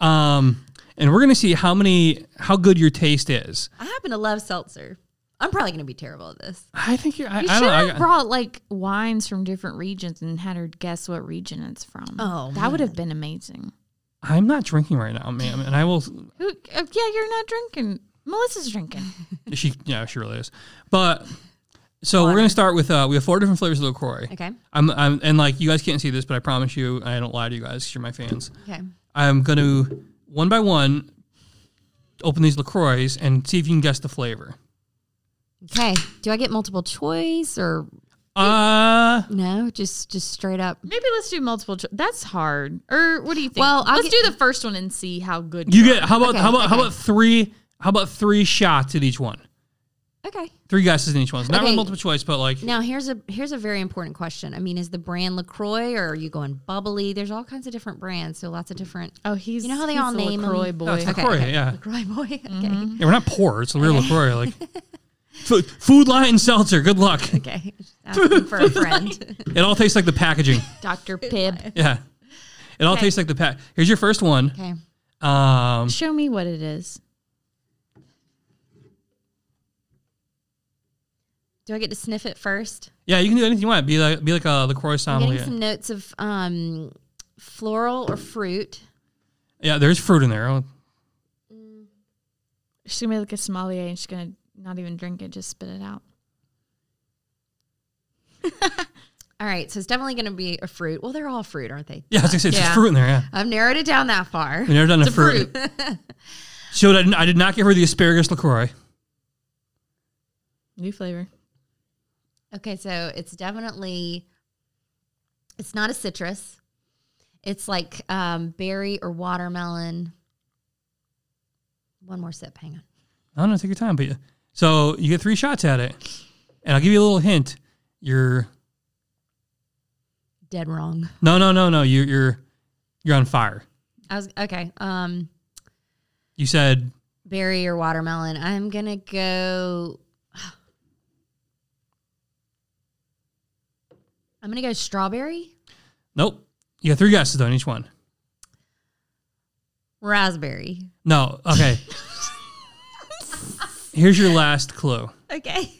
[SPEAKER 1] Um, and we're gonna see how many how good your taste is.
[SPEAKER 2] I happen to love seltzer. I'm probably going to be terrible at this.
[SPEAKER 1] I think you're. I,
[SPEAKER 3] you
[SPEAKER 1] I
[SPEAKER 3] should
[SPEAKER 1] don't.
[SPEAKER 3] have
[SPEAKER 1] know. I,
[SPEAKER 3] brought like wines from different regions and had her guess what region it's from.
[SPEAKER 2] Oh,
[SPEAKER 3] that would have been amazing.
[SPEAKER 1] I'm not drinking right now, ma'am, and I will.
[SPEAKER 3] Who? Uh, yeah, you're not drinking. Melissa's drinking.
[SPEAKER 1] She yeah, she really is. But so we're gonna start with uh, we have four different flavors of Lacroix.
[SPEAKER 2] Okay.
[SPEAKER 1] I'm, I'm and like you guys can't see this, but I promise you, I don't lie to you guys. 'cause You're my fans.
[SPEAKER 2] Okay.
[SPEAKER 1] I'm gonna one by one open these Lacroix and see if you can guess the flavor.
[SPEAKER 2] Okay. Do I get multiple choice or
[SPEAKER 1] Uh
[SPEAKER 2] no? Just just straight up.
[SPEAKER 3] Maybe let's do multiple. Cho- That's hard. Or what do you think?
[SPEAKER 2] Well, I'll
[SPEAKER 3] let's
[SPEAKER 2] get-
[SPEAKER 3] do the first one and see how good
[SPEAKER 1] you
[SPEAKER 3] are.
[SPEAKER 1] get how about
[SPEAKER 2] Okay,
[SPEAKER 1] how about how
[SPEAKER 2] okay.
[SPEAKER 1] about three how about three shots at each one.
[SPEAKER 2] Okay.
[SPEAKER 1] Three guesses in each one. It's not really
[SPEAKER 2] Okay.
[SPEAKER 1] multiple choice, but like
[SPEAKER 2] Now here's a here's a very important question. I mean, is the brand Lacroix or are you going bubbly? There's all kinds of different brands, so lots of different.
[SPEAKER 3] Oh, he's
[SPEAKER 2] You know how they
[SPEAKER 3] he's
[SPEAKER 2] all
[SPEAKER 3] a
[SPEAKER 2] name 'em?
[SPEAKER 3] LaCroix boy.
[SPEAKER 1] Oh, it's LaCroix, yeah.
[SPEAKER 2] Lacroix boy. Okay.
[SPEAKER 1] yeah, we're not poor. It's a real LaCroix. Like food, food line and seltzer. Good luck.
[SPEAKER 2] Okay. Just asking for a friend.
[SPEAKER 1] It all tastes like the packaging.
[SPEAKER 3] Dr. Pibb.
[SPEAKER 1] Yeah. It all tastes like the pack. Here's your first one.
[SPEAKER 2] okay.
[SPEAKER 1] Um,
[SPEAKER 3] Show me what it is.
[SPEAKER 2] Do I get to sniff it first?
[SPEAKER 1] yeah, you can do anything you want. Be like be like a LaCroix
[SPEAKER 2] I'm getting
[SPEAKER 1] sommelier.
[SPEAKER 2] some notes of um, floral or fruit.
[SPEAKER 1] Yeah, there's fruit in there. Oh,
[SPEAKER 3] She's gonna be like a sommelier and she's gonna not even drink it, just spit it out.
[SPEAKER 2] All right, so it's definitely going to be a fruit. Well, they're all fruit, aren't they?
[SPEAKER 1] Yeah, I was gonna say it's
[SPEAKER 3] Yeah.
[SPEAKER 1] just fruit in there. Yeah,
[SPEAKER 2] I've narrowed it down that far.
[SPEAKER 1] we never done the
[SPEAKER 3] It's a
[SPEAKER 1] fruit.
[SPEAKER 3] fruit.
[SPEAKER 1] So I did, I did not give her the asparagus LaCroix.
[SPEAKER 3] New flavor.
[SPEAKER 2] Okay, so it's definitely it's not a citrus. It's like um, berry or watermelon. One more sip. Hang on.
[SPEAKER 1] I don't know. "Oh, Take your time, but so you get three shots at it, and I'll give you a little hint. You're
[SPEAKER 2] Dead wrong.
[SPEAKER 1] no, no, no, no. You're you're you're on fire.
[SPEAKER 2] I was okay. Um,
[SPEAKER 1] You said
[SPEAKER 2] berry or watermelon. I'm gonna go. I'm gonna go strawberry,
[SPEAKER 1] nope. You got three guesses though in each one.
[SPEAKER 2] raspberry.
[SPEAKER 1] No, okay. Here's your last clue.
[SPEAKER 2] Okay.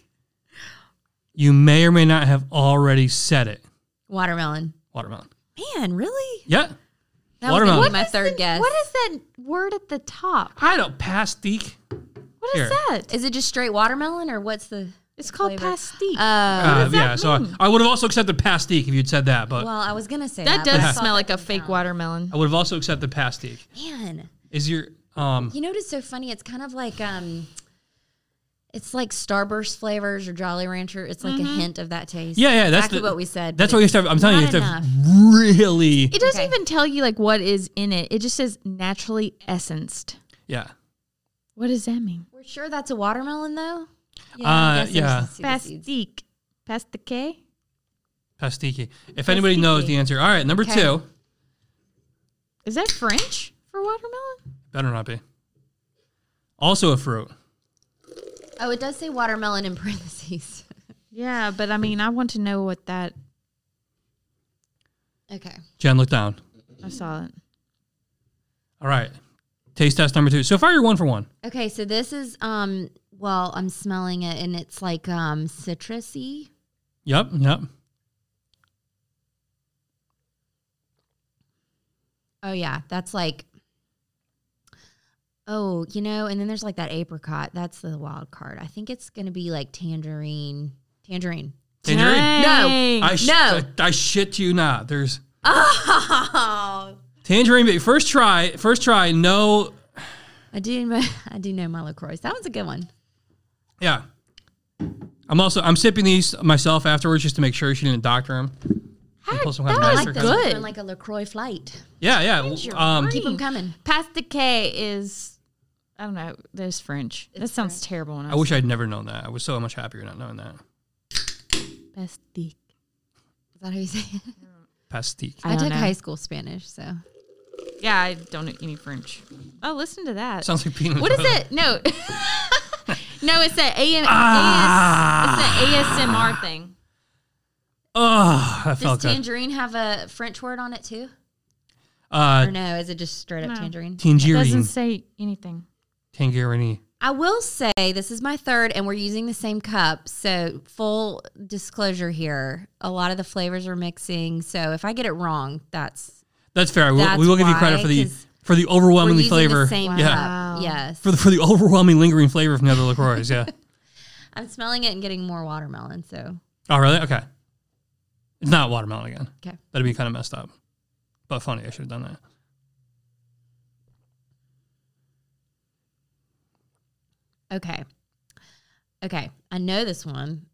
[SPEAKER 1] You may or may not have already said it.
[SPEAKER 2] Watermelon.
[SPEAKER 1] Watermelon.
[SPEAKER 2] Man, really?
[SPEAKER 1] Yeah.
[SPEAKER 2] That was gonna be
[SPEAKER 1] Watermelon.
[SPEAKER 2] my third guess.
[SPEAKER 3] What is that word at the top?
[SPEAKER 1] I don't pastique.
[SPEAKER 3] What is
[SPEAKER 1] Here.
[SPEAKER 3] that?
[SPEAKER 2] Is it just straight watermelon or what's the?
[SPEAKER 3] It's called
[SPEAKER 2] flavor.
[SPEAKER 3] pastique.
[SPEAKER 2] Uh,
[SPEAKER 1] Uh, yeah, so I, I would have also accepted pastique if you'd said that, but
[SPEAKER 2] well, I was gonna say
[SPEAKER 3] that
[SPEAKER 2] that. but I
[SPEAKER 3] does
[SPEAKER 2] thought
[SPEAKER 3] smell
[SPEAKER 2] that
[SPEAKER 3] like a
[SPEAKER 2] doesn't
[SPEAKER 3] fake
[SPEAKER 2] count.
[SPEAKER 3] watermelon.
[SPEAKER 1] I would have also accepted pastique.
[SPEAKER 2] Man,
[SPEAKER 1] Is your um
[SPEAKER 2] you know what is so funny? It's kind of like um, it's like Starburst flavors or Jolly Rancher. It's like
[SPEAKER 3] Mm-hmm.
[SPEAKER 2] a hint of that taste.
[SPEAKER 1] Yeah, yeah, that's
[SPEAKER 2] exactly
[SPEAKER 1] the-
[SPEAKER 2] what we said.
[SPEAKER 1] that's
[SPEAKER 2] but
[SPEAKER 1] what you have to- I'm telling you,
[SPEAKER 2] not
[SPEAKER 1] you have
[SPEAKER 2] enough.
[SPEAKER 1] to really
[SPEAKER 3] It doesn't
[SPEAKER 2] Okay.
[SPEAKER 3] even tell you like what is in it. It just says naturally essenced.
[SPEAKER 1] Yeah.
[SPEAKER 3] What does that mean?
[SPEAKER 2] We're sure that's a watermelon though.
[SPEAKER 1] Uh,
[SPEAKER 2] I guess there's
[SPEAKER 1] yeah.
[SPEAKER 2] the seed- the seeds.
[SPEAKER 3] Pastique. Pastique?
[SPEAKER 1] Pastique. If anybody knows
[SPEAKER 3] Pastique.
[SPEAKER 1] the answer. All right, number
[SPEAKER 2] Okay.
[SPEAKER 1] two.
[SPEAKER 3] Is that French for watermelon?
[SPEAKER 1] Better not be. Also a fruit.
[SPEAKER 2] Oh, it does say watermelon in parentheses.
[SPEAKER 3] Yeah, but I mean, I want to know what that.
[SPEAKER 2] okay.
[SPEAKER 1] Jen, look down.
[SPEAKER 3] I saw it.
[SPEAKER 1] All right. Taste test number two. So far, you're one for one.
[SPEAKER 2] Okay, so this is um well, I'm smelling it and it's like um citrusy.
[SPEAKER 1] Yep. Yep.
[SPEAKER 2] Oh yeah, that's like Oh, you know, and then there's like that apricot. That's the wild card. I think it's going to be like tangerine. Tangerine.
[SPEAKER 1] Tangerine.
[SPEAKER 3] Dang.
[SPEAKER 1] I sh-
[SPEAKER 2] No.
[SPEAKER 1] I, I shit you not. There's
[SPEAKER 2] Oh.
[SPEAKER 1] tangerine. Baby. First try. First try. No.
[SPEAKER 2] I do know, I do know my LaCroix. That one's a good one.
[SPEAKER 1] Yeah. I'm also I'm sipping these myself afterwards just to make sure she didn't doctor them. Pull some kind of
[SPEAKER 3] that
[SPEAKER 1] master kind
[SPEAKER 3] was
[SPEAKER 1] of-
[SPEAKER 3] good.
[SPEAKER 2] Doing like a LaCroix flight.
[SPEAKER 1] Yeah, yeah. Um,
[SPEAKER 2] Keep them coming.
[SPEAKER 3] Past the K is, I don't know, there's French. that sounds terrible. When I,
[SPEAKER 1] I wish I'd never known that. I was so much happier not knowing that.
[SPEAKER 3] Pastique.
[SPEAKER 2] Is that how you say it?
[SPEAKER 1] Pastique.
[SPEAKER 3] I
[SPEAKER 2] I,
[SPEAKER 3] don't
[SPEAKER 2] took
[SPEAKER 3] know.
[SPEAKER 2] high school Spanish, so.
[SPEAKER 3] Yeah, I don't know any French. Oh, listen to that.
[SPEAKER 1] Sounds like peanut.
[SPEAKER 3] what is
[SPEAKER 1] butter.
[SPEAKER 3] it? No. no, it's that AM,
[SPEAKER 1] Ah!
[SPEAKER 3] AS, it's an ASMR thing.
[SPEAKER 1] Oh, that
[SPEAKER 2] Does
[SPEAKER 1] felt good.
[SPEAKER 2] tangerine have a French word on it too?
[SPEAKER 1] Uh,
[SPEAKER 2] Or no, is it just straight up tangerine?
[SPEAKER 3] It doesn't
[SPEAKER 1] tangerine.
[SPEAKER 3] say anything.
[SPEAKER 1] Tangerine.
[SPEAKER 2] I will say this is my third, and we're using the same cup. So, full disclosure here a lot of the flavors are mixing. So, if I get it wrong, that's
[SPEAKER 1] That's fair. We'll,
[SPEAKER 2] That's
[SPEAKER 1] we will give you
[SPEAKER 2] why,
[SPEAKER 1] credit for the
[SPEAKER 2] 'cause
[SPEAKER 1] for the
[SPEAKER 2] we're
[SPEAKER 1] overwhelmingly
[SPEAKER 2] using
[SPEAKER 1] flavor.
[SPEAKER 2] the same
[SPEAKER 1] yeah.
[SPEAKER 2] cup. Yes.
[SPEAKER 1] For the for the overwhelming lingering flavor from the other LaCroix. Yeah.
[SPEAKER 2] I'm smelling it and getting more watermelon. So,
[SPEAKER 1] oh, really? Okay. It's not watermelon again.
[SPEAKER 2] okay.
[SPEAKER 1] That'd be kind of messed up. But funny, I should have done that.
[SPEAKER 2] Okay. Okay. I know this one.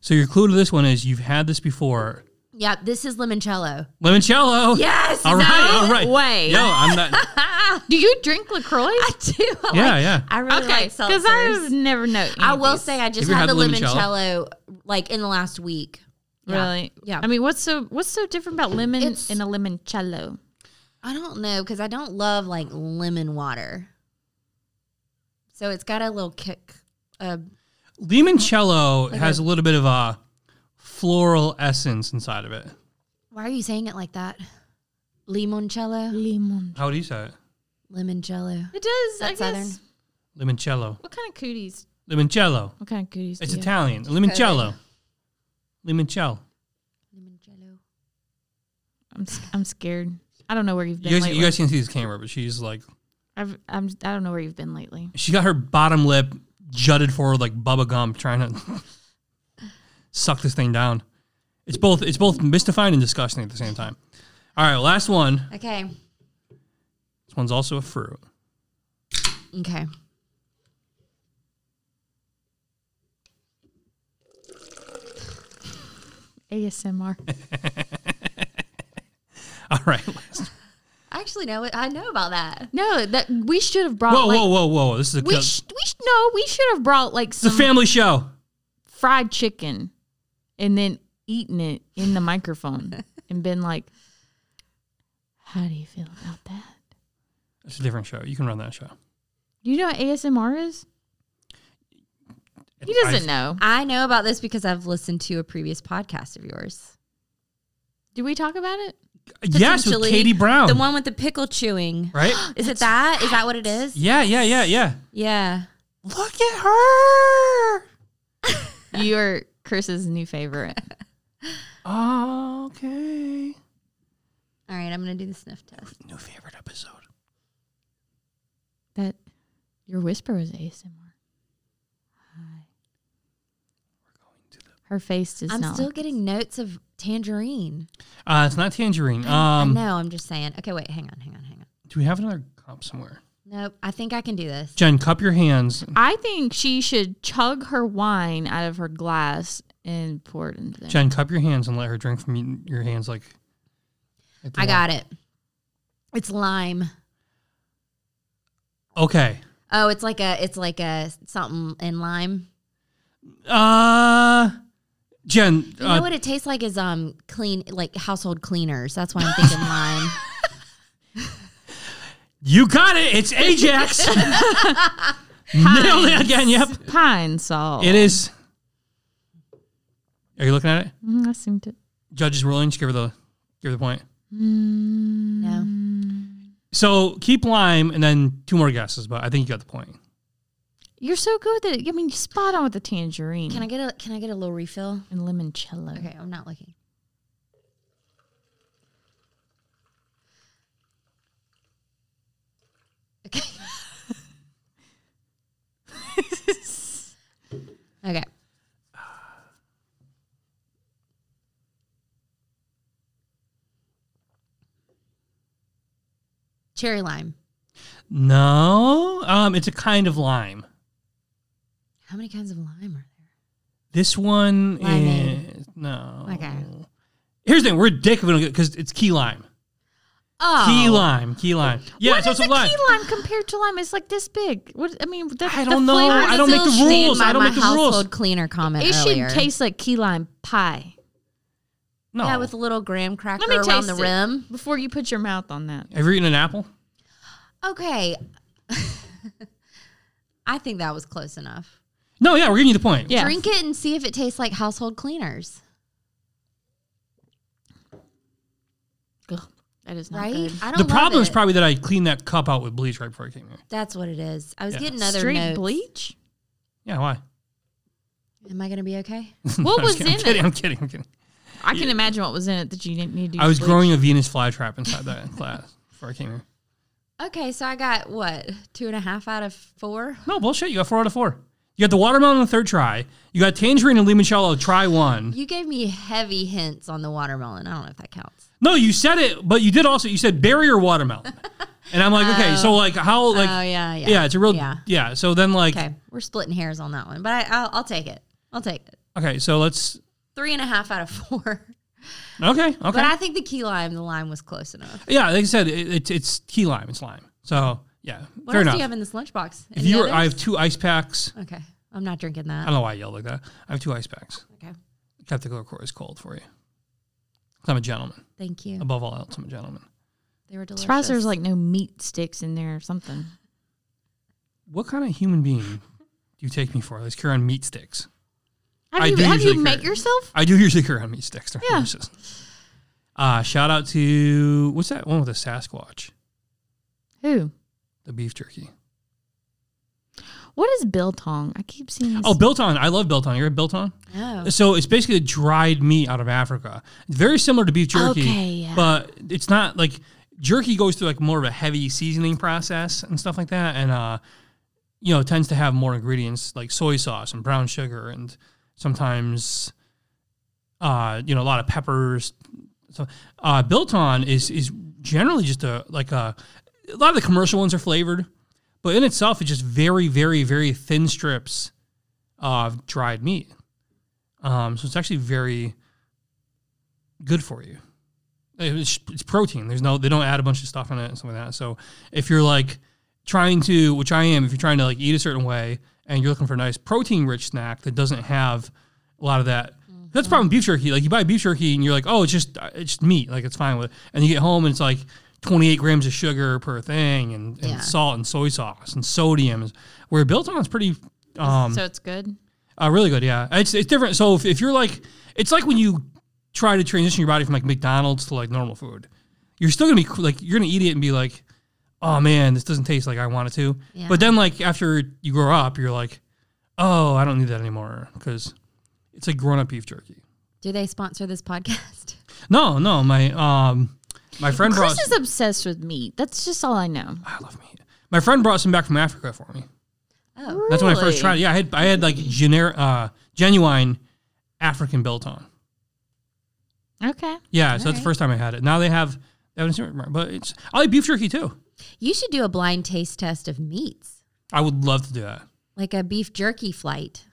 [SPEAKER 1] So your clue to this one is you've had this before.
[SPEAKER 2] Yep. This is limoncello.
[SPEAKER 1] Limoncello.
[SPEAKER 2] Yes.
[SPEAKER 1] All right.
[SPEAKER 2] no!
[SPEAKER 1] all right.
[SPEAKER 3] way.
[SPEAKER 1] Yo, I'm not.
[SPEAKER 3] Do you drink LaCroix?
[SPEAKER 2] I do. I like-
[SPEAKER 1] Yeah, yeah.
[SPEAKER 2] I really like
[SPEAKER 3] because I've
[SPEAKER 2] seltzers.
[SPEAKER 3] never known. any
[SPEAKER 2] I
[SPEAKER 3] of
[SPEAKER 2] will
[SPEAKER 3] these.
[SPEAKER 2] say I just
[SPEAKER 1] Have you had
[SPEAKER 2] had, the
[SPEAKER 1] the
[SPEAKER 2] limoncello like in the last week. Yeah.
[SPEAKER 3] really.
[SPEAKER 2] Yeah.
[SPEAKER 3] I mean, what's so what's so different about lemon
[SPEAKER 2] It's-
[SPEAKER 3] and a limoncello?
[SPEAKER 2] I don't know because I don't love like lemon water. So it's got a little kick. Uh,
[SPEAKER 1] Limoncello has a little bit of a floral essence inside of it.
[SPEAKER 2] why are you saying it like that? Limoncello,
[SPEAKER 3] Limon.
[SPEAKER 1] How would you say it?
[SPEAKER 2] limoncello.
[SPEAKER 3] It does. I guess.
[SPEAKER 2] That's southern.
[SPEAKER 1] Limoncello.
[SPEAKER 3] What kind of cooties?
[SPEAKER 1] Limoncello.
[SPEAKER 3] What kind of cooties?
[SPEAKER 1] It's
[SPEAKER 3] do you have?
[SPEAKER 1] Italian. Limoncello. Limoncello.
[SPEAKER 2] Limoncello.
[SPEAKER 3] I'm s- I'm scared. I don't know where you've
[SPEAKER 1] You
[SPEAKER 3] been
[SPEAKER 1] guys,
[SPEAKER 3] lately.
[SPEAKER 1] you guys can't see this camera, but she's like,
[SPEAKER 3] I've, I'm I don't know where you've been lately.
[SPEAKER 1] she got her bottom lip jutted forward like Bubba Gump, trying to suck this thing down. It's both. It's both mystifying and disgusting at the same time. All right, last one.
[SPEAKER 2] Okay.
[SPEAKER 1] This one's also a fruit.
[SPEAKER 2] Okay.
[SPEAKER 3] ASMR.
[SPEAKER 1] All right. last-
[SPEAKER 2] Actually, no, I know about that.
[SPEAKER 3] no, that we should have brought.
[SPEAKER 1] Whoa,
[SPEAKER 3] like,
[SPEAKER 1] whoa, whoa, whoa! This is a
[SPEAKER 3] We
[SPEAKER 1] co-
[SPEAKER 3] sh- we sh- no, we should have brought like
[SPEAKER 1] it's a
[SPEAKER 3] some
[SPEAKER 1] family show.
[SPEAKER 3] fried chicken, and then eaten it in the microphone and been like, "How do you feel about that?"
[SPEAKER 1] It's a different show. You can run that show.
[SPEAKER 3] You know what ASMR is? He doesn't
[SPEAKER 1] I-
[SPEAKER 3] know.
[SPEAKER 2] I know about this because I've listened to a previous podcast of yours.
[SPEAKER 3] Did we talk about it?
[SPEAKER 1] Yes, with
[SPEAKER 2] Potentially
[SPEAKER 1] Katie Brown.
[SPEAKER 2] The one with the pickle chewing.
[SPEAKER 1] right?
[SPEAKER 2] Is it that? Is that what it is?
[SPEAKER 1] Yeah, yeah, yeah, yeah.
[SPEAKER 2] Yeah.
[SPEAKER 1] Look at her.
[SPEAKER 3] You're Chris's new favorite.
[SPEAKER 1] Okay.
[SPEAKER 2] All right, I'm going to do the sniff test.
[SPEAKER 1] New favorite episode.
[SPEAKER 3] That your whisper was ASMR. Hi. Her face does
[SPEAKER 2] I'm
[SPEAKER 3] not.
[SPEAKER 2] still
[SPEAKER 3] like-
[SPEAKER 2] getting notes of tangerine.
[SPEAKER 1] Uh, it's not tangerine.
[SPEAKER 2] I
[SPEAKER 1] Um,
[SPEAKER 2] know, I'm just saying. Okay, wait, hang on, hang on, hang on.
[SPEAKER 1] do we have another cup somewhere?
[SPEAKER 2] Nope, I think I can do this.
[SPEAKER 1] Jen, cup your hands.
[SPEAKER 3] I think she should chug her wine out of her glass and pour it into there.
[SPEAKER 1] Jen, cup your hands and let her drink from y- your hands. Like, like the
[SPEAKER 2] I
[SPEAKER 1] wine.
[SPEAKER 2] got it. It's lime.
[SPEAKER 1] Okay.
[SPEAKER 2] Oh, it's like a it's like a something in lime.
[SPEAKER 1] Uh, Jen,
[SPEAKER 2] You
[SPEAKER 1] uh,
[SPEAKER 2] know what it tastes like is um clean like household cleaners. That's why I'm thinking lime.
[SPEAKER 1] You got it. It's Ajax. Nailed it again. Yep.
[SPEAKER 3] Pine salt.
[SPEAKER 1] It is. Are you looking at it?
[SPEAKER 3] Mm, I seemed to.
[SPEAKER 1] Judge's ruling. Just give her the give her the point.
[SPEAKER 2] No.
[SPEAKER 1] So keep lime and then two more guesses, but I think you got the point.
[SPEAKER 3] You're so good at it. I mean, you spot on with the tangerine
[SPEAKER 2] Can I get a can I get a little refill?
[SPEAKER 3] and limoncello.
[SPEAKER 2] Okay, I'm not looking. Okay. okay. Cherry lime.
[SPEAKER 1] No, um, it's a kind of lime.
[SPEAKER 2] How many kinds of lime are there?
[SPEAKER 1] This one
[SPEAKER 2] Limeade.
[SPEAKER 1] is no.
[SPEAKER 2] Okay.
[SPEAKER 1] Here's the thing: we're a dick if we don't get because it's key lime,
[SPEAKER 2] Oh,
[SPEAKER 1] key lime, key lime. Yeah,
[SPEAKER 3] what
[SPEAKER 1] so
[SPEAKER 3] is
[SPEAKER 1] it's a
[SPEAKER 3] a
[SPEAKER 1] lime.
[SPEAKER 3] key lime compared to lime? It's like this big. What I mean, the,
[SPEAKER 1] I
[SPEAKER 3] the
[SPEAKER 1] don't know.
[SPEAKER 3] flavor-
[SPEAKER 1] I don't make the
[SPEAKER 2] still stand
[SPEAKER 1] rules.
[SPEAKER 2] by
[SPEAKER 1] I don't
[SPEAKER 2] my
[SPEAKER 1] make the rules.
[SPEAKER 2] Household cleaner comment
[SPEAKER 3] It
[SPEAKER 2] earlier.
[SPEAKER 3] should taste like key lime pie
[SPEAKER 1] No,
[SPEAKER 2] Yeah, with a little graham cracker
[SPEAKER 3] Let me
[SPEAKER 2] around the
[SPEAKER 3] taste it.
[SPEAKER 2] rim.
[SPEAKER 3] before you put your mouth on that.
[SPEAKER 1] have you eaten an apple?
[SPEAKER 2] Okay. I think that was close enough.
[SPEAKER 1] No, yeah, we're giving you the point.
[SPEAKER 3] Yeah.
[SPEAKER 2] Drink it and see if it tastes like household cleaners.
[SPEAKER 3] Ugh, that is not
[SPEAKER 2] Right?
[SPEAKER 3] good.
[SPEAKER 2] I don't
[SPEAKER 1] The
[SPEAKER 2] love
[SPEAKER 1] problem is
[SPEAKER 2] it.
[SPEAKER 1] probably that I cleaned that cup out with bleach right before I came here.
[SPEAKER 2] That's what it is. I was
[SPEAKER 1] Yeah.
[SPEAKER 2] getting other
[SPEAKER 3] Straight
[SPEAKER 2] notes.
[SPEAKER 3] bleach.
[SPEAKER 1] Yeah, why?
[SPEAKER 2] Am I going to be okay?
[SPEAKER 3] What
[SPEAKER 1] I'm
[SPEAKER 3] was
[SPEAKER 1] just kidding,
[SPEAKER 3] in
[SPEAKER 1] I'm
[SPEAKER 3] it?
[SPEAKER 1] kidding, I'm kidding. I'm kidding.
[SPEAKER 3] I can imagine what was in it that you didn't need to.
[SPEAKER 1] I
[SPEAKER 3] use
[SPEAKER 1] was
[SPEAKER 3] bleach.
[SPEAKER 1] growing a Venus flytrap inside that class before I came here.
[SPEAKER 2] Okay, so I got what? Two and a half out of four?
[SPEAKER 1] No bullshit. You got four out of four. You got the watermelon on the third try. You got tangerine and limoncello try one.
[SPEAKER 2] You gave me heavy hints on the watermelon. I don't know if that counts.
[SPEAKER 1] No, you said it, but you did also. You said berry or watermelon, and I'm like, okay, so like how like
[SPEAKER 2] oh, yeah, yeah.
[SPEAKER 1] yeah, it's a real
[SPEAKER 2] Yeah.
[SPEAKER 1] yeah. So then like okay,
[SPEAKER 2] Okay, we're splitting hairs on that one, but I, I'll, I'll take it. I'll take it.
[SPEAKER 1] so let's
[SPEAKER 2] Three and a half out of four.
[SPEAKER 1] okay okay
[SPEAKER 2] But I think the key lime, the lime was close enough.
[SPEAKER 1] yeah. Like I said, it, it's it's key lime. It's lime. So yeah,
[SPEAKER 2] What
[SPEAKER 1] fair
[SPEAKER 2] else
[SPEAKER 1] enough.
[SPEAKER 2] do you have in this lunchbox?
[SPEAKER 1] if
[SPEAKER 2] Any
[SPEAKER 1] you were, I
[SPEAKER 2] others?
[SPEAKER 1] have two ice packs.
[SPEAKER 2] Okay. I'm not drinking
[SPEAKER 1] I
[SPEAKER 2] that.
[SPEAKER 1] don't know why I yelled like that. I have two ice packs.
[SPEAKER 2] Okay.
[SPEAKER 1] Kept the liqueur is cold for you. 'Cause I'm a gentleman.
[SPEAKER 2] Thank you.
[SPEAKER 1] Above all else, I'm a gentleman.
[SPEAKER 2] They were delicious.
[SPEAKER 3] Surprised there's like no meat sticks in there or something.
[SPEAKER 1] What kind of human being do you take me for? Let's carry on meat sticks.
[SPEAKER 3] Have
[SPEAKER 1] I
[SPEAKER 3] you,
[SPEAKER 1] do
[SPEAKER 3] have you
[SPEAKER 1] usually
[SPEAKER 3] met
[SPEAKER 1] carry-
[SPEAKER 3] yourself?
[SPEAKER 1] I do usually carry on meat sticks. They're
[SPEAKER 3] Yeah.
[SPEAKER 1] delicious. Uh, shout out to what's that one with the Sasquatch?
[SPEAKER 3] Who?
[SPEAKER 1] The beef jerky.
[SPEAKER 3] What is biltong? I keep seeing. This.
[SPEAKER 1] Oh, Biltong. I love Biltong. You're a Biltong?
[SPEAKER 2] Oh.
[SPEAKER 1] So it's basically dried meat out of Africa. It's very similar to beef jerky,
[SPEAKER 3] Okay, yeah.
[SPEAKER 1] but it's not like jerky goes through like more of a heavy seasoning process and stuff like that, and uh, you know, it tends to have more ingredients like soy sauce and brown sugar, and sometimes, uh, you know, a lot of peppers. So, uh, Biltong is is generally just a like a a lot of the commercial ones are flavored, but in itself, it's just very, very, very thin strips of dried meat. Um, so it's actually very good for you. It's, it's protein. There's no, they don't add a bunch of stuff in it and stuff like that. So if you're like trying to, which I am, if you're trying to like eat a certain way and you're looking for a nice protein rich snack that doesn't have a lot of that. That's the problem with beef jerky. Like you buy beef jerky and you're like, oh, it's just it's just meat. Like it's fine with it. And you get home and it's like 28 grams of sugar per thing and, and
[SPEAKER 2] Yeah.
[SPEAKER 1] salt and soy sauce and sodium. Where built on is pretty um,
[SPEAKER 3] so it's good.
[SPEAKER 1] uh, really good, yeah. It's it's different. So if, if you're like, it's like when you try to transition your body from like McDonald's to like normal food, you're still gonna be cr- like you're gonna eat it and be like, oh man, this doesn't taste like I want it to.
[SPEAKER 2] Yeah.
[SPEAKER 1] But then like after you grow up, you're like, oh, I don't need that anymore because it's like grown up beef jerky.
[SPEAKER 2] Do they sponsor this podcast?
[SPEAKER 1] No, no, my um my friend
[SPEAKER 3] Chris
[SPEAKER 1] brought
[SPEAKER 3] is obsessed with meat. That's just all I know.
[SPEAKER 1] I love meat. My friend brought some back from Africa for me.
[SPEAKER 2] Oh.
[SPEAKER 1] That's when I first
[SPEAKER 3] Really?
[SPEAKER 1] tried it. Yeah, I had I had like gener- uh, genuine African biltong.
[SPEAKER 3] Okay.
[SPEAKER 1] Yeah, so that's
[SPEAKER 2] right.
[SPEAKER 1] the first time I had it. Now they have they have an instant mark, but it's I like beef jerky too.
[SPEAKER 2] You should do a blind taste test of meats,
[SPEAKER 1] I would love to do that.
[SPEAKER 2] like a beef jerky flight.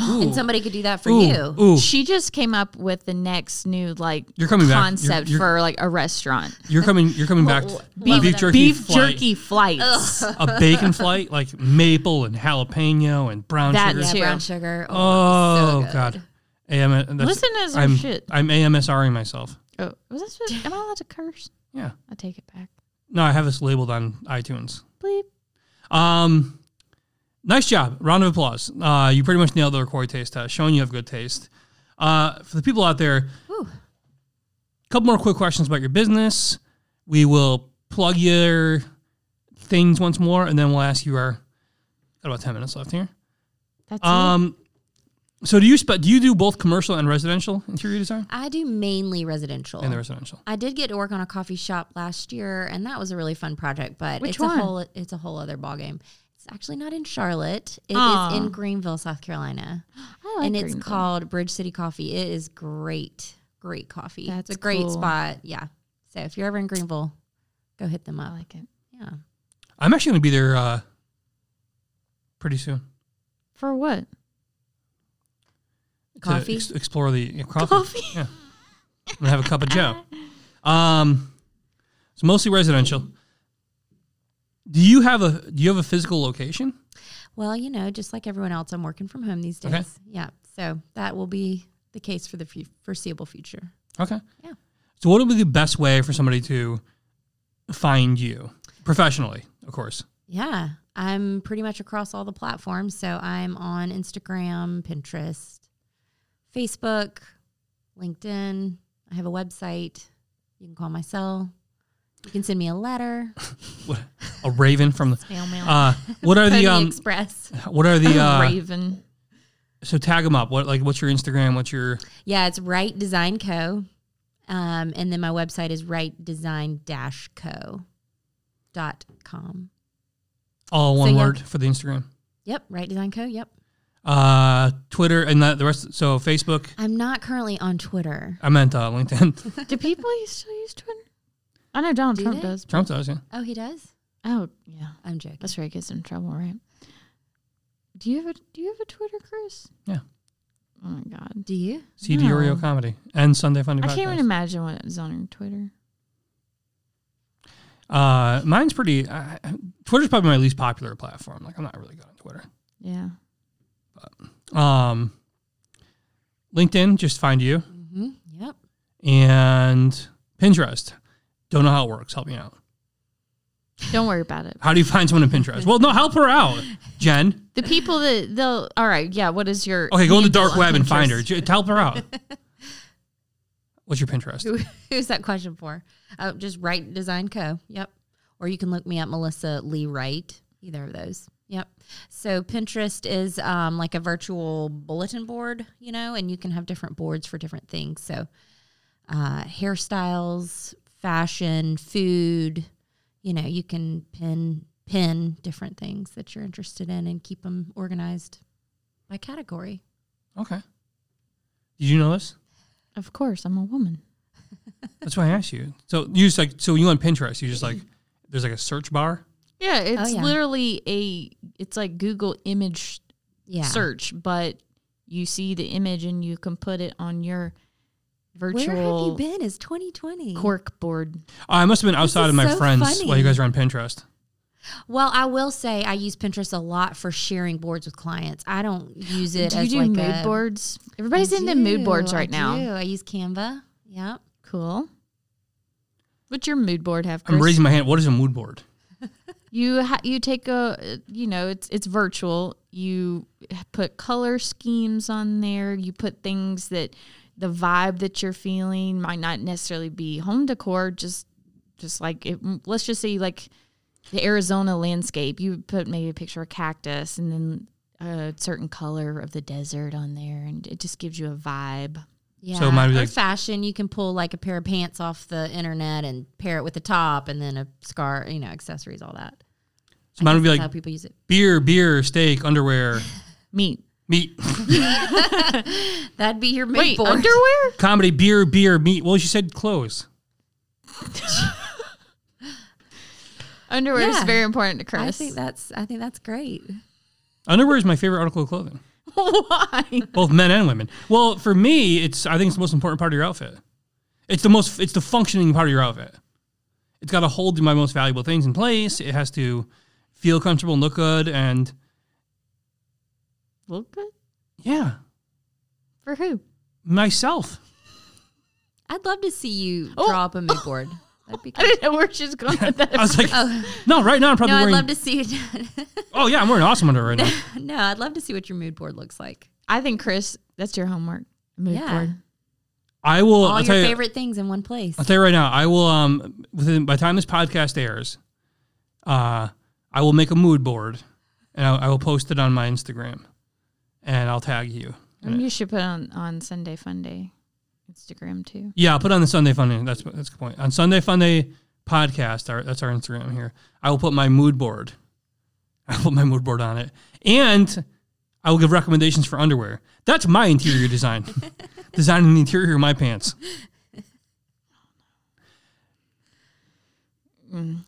[SPEAKER 1] Ooh.
[SPEAKER 2] And somebody could do that for
[SPEAKER 1] ooh,
[SPEAKER 2] you.
[SPEAKER 1] Ooh,
[SPEAKER 3] She just came up with the next new like
[SPEAKER 1] You're coming back. You're-
[SPEAKER 3] concept
[SPEAKER 1] you're-
[SPEAKER 3] for like a restaurant.
[SPEAKER 1] you're coming you're coming back. to
[SPEAKER 3] Beef,
[SPEAKER 1] beef jerky,
[SPEAKER 3] beef
[SPEAKER 1] flight,
[SPEAKER 3] jerky flights.
[SPEAKER 1] a bacon flight like maple and jalapeno and brown
[SPEAKER 3] That
[SPEAKER 1] sugar.
[SPEAKER 2] Yeah,
[SPEAKER 3] too.
[SPEAKER 2] brown sugar.
[SPEAKER 1] Oh
[SPEAKER 2] so good.
[SPEAKER 1] god. AM that's,
[SPEAKER 3] Listen to some
[SPEAKER 1] I'm,
[SPEAKER 3] shit.
[SPEAKER 1] I'm AMSRing myself.
[SPEAKER 3] Oh, was this? Am I allowed to curse?
[SPEAKER 1] Yeah.
[SPEAKER 3] I take it back.
[SPEAKER 1] No, I have this labeled on iTunes.
[SPEAKER 3] Bleep.
[SPEAKER 1] Um, nice job. Round of applause. Uh, you pretty much nailed the record taste test, showing you have good taste. Uh, for the people out there,
[SPEAKER 2] Whew.
[SPEAKER 1] couple more quick questions about your business. We will plug your things once more, and then we'll ask you our. Got about ten minutes left here.
[SPEAKER 3] That's
[SPEAKER 1] Um, so do you spe- do you do both commercial and residential interior design?
[SPEAKER 2] I do mainly residential.
[SPEAKER 1] And the residential.
[SPEAKER 2] I did get to work on a coffee shop last year, and that was a really fun project. But
[SPEAKER 3] Which
[SPEAKER 2] it's
[SPEAKER 3] one?
[SPEAKER 2] a whole it's a whole other ballgame. It's actually not in Charlotte. It is
[SPEAKER 3] Aw.
[SPEAKER 2] in Greenville, South Carolina,
[SPEAKER 3] it. I like
[SPEAKER 2] and it's
[SPEAKER 3] Greenville.
[SPEAKER 2] called Bridge City Coffee. It is great, great coffee.
[SPEAKER 3] That's
[SPEAKER 2] it's a great
[SPEAKER 3] cool.
[SPEAKER 2] spot. Yeah. So if you're ever in Greenville, go hit them
[SPEAKER 3] I
[SPEAKER 2] up.
[SPEAKER 3] like it
[SPEAKER 2] Yeah.
[SPEAKER 1] I'm actually going to be there uh, pretty soon.
[SPEAKER 3] for what?
[SPEAKER 1] To
[SPEAKER 2] Coffee.
[SPEAKER 1] ex- explore the yeah, coffee.
[SPEAKER 3] Coffee.
[SPEAKER 1] Yeah. I'm going to have a cup of Joe. Um, it's mostly residential. Do you have a do you have a physical location?
[SPEAKER 2] Well, you know, just like everyone else, I'm working from home these days.
[SPEAKER 1] Okay.
[SPEAKER 2] Yeah. So that will be the case for the fu- foreseeable future.
[SPEAKER 1] Okay.
[SPEAKER 2] Yeah.
[SPEAKER 1] So what would be the best way for somebody to find you professionally, of course?
[SPEAKER 2] Yeah. I'm pretty much across all the platforms. So I'm on Instagram, Pinterest, Facebook, LinkedIn. I have a website. You can call my cell. You can send me a letter.
[SPEAKER 1] What, a raven from the
[SPEAKER 3] Mail mail.
[SPEAKER 1] uh, what are
[SPEAKER 2] Pony
[SPEAKER 1] the um,
[SPEAKER 2] Express.
[SPEAKER 1] what are the uh,
[SPEAKER 3] Raven.
[SPEAKER 1] so tag them up. What like what's your Instagram? What's your
[SPEAKER 2] Yeah, it's Right Design Co. Um, and then my website is rightdesign-co.com.
[SPEAKER 1] all one
[SPEAKER 2] yeah.
[SPEAKER 1] word for the Instagram?
[SPEAKER 2] Yep, Right Design Co. Yep.
[SPEAKER 1] Uh, Twitter and the, the rest. So Facebook.
[SPEAKER 2] I'm not currently on Twitter.
[SPEAKER 1] I meant uh, LinkedIn.
[SPEAKER 3] Do people used- still use Twitter? I know Donald
[SPEAKER 2] Do
[SPEAKER 3] Trump
[SPEAKER 2] they?
[SPEAKER 3] does.
[SPEAKER 1] Trump does. Yeah.
[SPEAKER 2] Oh, he does?
[SPEAKER 3] Oh yeah,
[SPEAKER 2] I'm joking.
[SPEAKER 3] that's where he gets in trouble, right? Do you have a Do you have a Twitter, Chris?
[SPEAKER 1] Yeah.
[SPEAKER 3] Oh my God.
[SPEAKER 2] Do you?
[SPEAKER 1] CD
[SPEAKER 3] No.
[SPEAKER 1] Oreo comedy and Sunday Funny
[SPEAKER 3] I
[SPEAKER 1] Podcast.
[SPEAKER 3] can't even imagine what is on your Twitter.
[SPEAKER 1] Uh, mine's pretty. I I- Twitter's probably my least popular platform. Like I'm not really good on Twitter.
[SPEAKER 3] Yeah.
[SPEAKER 1] Um, LinkedIn, just find you,
[SPEAKER 2] Mm-hmm. Yep.
[SPEAKER 1] and Pinterest. Don't know how it works. Help me out.
[SPEAKER 3] Don't worry about it.
[SPEAKER 1] How do you find someone in Pinterest? Well, no, help her out, Jen.
[SPEAKER 3] The people that they'll. All right. Yeah. What is your?
[SPEAKER 1] Okay, go on the
[SPEAKER 3] handle
[SPEAKER 1] dark
[SPEAKER 3] on
[SPEAKER 1] web and find her.
[SPEAKER 3] Pinterest?
[SPEAKER 1] J- Help her out. What's your Pinterest?
[SPEAKER 2] Who, who's that question for? Oh, just Right Design Co. Yep. Or you can look me up, Melissa Lee Wright. Either of those. Yep. So Pinterest is um, like a virtual bulletin board, you know, and you can have different boards for different things. So uh, hairstyles, fashion, food. You know, you can pin pin different things that you're interested in and keep them organized by category.
[SPEAKER 1] Okay. Did you know this?
[SPEAKER 3] Of course, I'm a woman.
[SPEAKER 1] That's why I asked you. So you just like so when you on Pinterest, you just like there's like a search bar.
[SPEAKER 3] Oh, Yeah, it's
[SPEAKER 2] yeah.
[SPEAKER 3] literally a. It's like Google image
[SPEAKER 2] Yeah.
[SPEAKER 3] search, but you see the image and you can put it on your
[SPEAKER 2] Where have you
[SPEAKER 3] virtual
[SPEAKER 2] been? It's 2020.
[SPEAKER 3] cork board.
[SPEAKER 1] Oh, I must have been outside
[SPEAKER 2] is
[SPEAKER 1] of my
[SPEAKER 2] so
[SPEAKER 1] friends
[SPEAKER 2] funny.
[SPEAKER 1] while you guys were on Pinterest.
[SPEAKER 2] Well, I will say I use Pinterest a lot for sharing boards with clients. I don't use it
[SPEAKER 3] do you
[SPEAKER 2] as
[SPEAKER 3] do
[SPEAKER 2] like
[SPEAKER 3] mood
[SPEAKER 2] a,
[SPEAKER 3] boards?
[SPEAKER 2] I
[SPEAKER 3] Everybody's into mood
[SPEAKER 2] do,
[SPEAKER 3] boards right
[SPEAKER 2] I
[SPEAKER 3] now.
[SPEAKER 2] do. I use Canva. Yep.
[SPEAKER 3] Cool. What's your mood board have?
[SPEAKER 1] I'm
[SPEAKER 3] Chris?
[SPEAKER 1] raising my hand. What is a mood board?
[SPEAKER 3] You ha- you take a uh, you know it's it's virtual. You put color schemes on there. You put things that the vibe that you're feeling might not necessarily be home decor. Just just like it, let's just say like the Arizona landscape. You put maybe a picture of a cactus and then a certain color of the desert on there, and it just gives you a vibe.
[SPEAKER 2] Yeah.
[SPEAKER 1] So mine would be
[SPEAKER 2] Or
[SPEAKER 1] like-
[SPEAKER 2] fashion, you can pull like a pair of pants off the internet and pair it with a top and then a scarf, you know, accessories, all that.
[SPEAKER 1] So mine would be
[SPEAKER 2] That's how
[SPEAKER 1] like
[SPEAKER 2] people use it.
[SPEAKER 1] beer, beer, steak, underwear,
[SPEAKER 3] Meat.
[SPEAKER 1] meat,
[SPEAKER 2] That'd be your mood
[SPEAKER 3] Wait,
[SPEAKER 2] board.
[SPEAKER 3] underwear?
[SPEAKER 1] comedy, beer, beer, meat. Well, she said clothes.
[SPEAKER 3] Underwear is
[SPEAKER 2] Yeah.
[SPEAKER 3] very important to
[SPEAKER 2] I
[SPEAKER 3] Chris.
[SPEAKER 2] think that's I think that's great.
[SPEAKER 1] Underwear is my favorite article of clothing,
[SPEAKER 3] Why?
[SPEAKER 1] both men and women. Well, for me, it's I think it's the most important part of your outfit. It's the most. It's the functioning part of your outfit. It's got to hold my most valuable things in place. It has to feel comfortable and look good. And
[SPEAKER 3] Look good
[SPEAKER 1] yeah,
[SPEAKER 3] for who?
[SPEAKER 1] myself.
[SPEAKER 2] I'd love to see you
[SPEAKER 3] Oh.
[SPEAKER 2] draw up a mood board. That'd be
[SPEAKER 3] I
[SPEAKER 2] good.
[SPEAKER 3] didn't know where she was going with that.
[SPEAKER 1] I was like,
[SPEAKER 2] Oh
[SPEAKER 1] no, right now I'm probably
[SPEAKER 2] no, I'd
[SPEAKER 1] wearing.
[SPEAKER 2] love to see.
[SPEAKER 1] oh yeah, I'm wearing awesome underwear right now.
[SPEAKER 2] no, I'd love to see what your mood board looks like.
[SPEAKER 3] I think Chris, that's your homework. Mood
[SPEAKER 2] Yeah.
[SPEAKER 3] board.
[SPEAKER 1] I will.
[SPEAKER 2] All
[SPEAKER 1] I'll
[SPEAKER 2] your
[SPEAKER 1] tell you.
[SPEAKER 2] favorite things in one place.
[SPEAKER 1] I'll tell you right now. I will. Um, within by the time this podcast airs, uh, I will make a mood board, and I, I will post it on my Instagram, and I'll tag you.
[SPEAKER 3] And you should put on on Sunday Fun Day Instagram too.
[SPEAKER 1] Yeah, I'll put on the Sunday Funday. That's that's a good point. On Sunday Funday podcast, our, that's our Instagram here. I will put my mood board. I will put my mood board on it, and I will give recommendations for underwear. That's my interior design, designing the interior of my pants.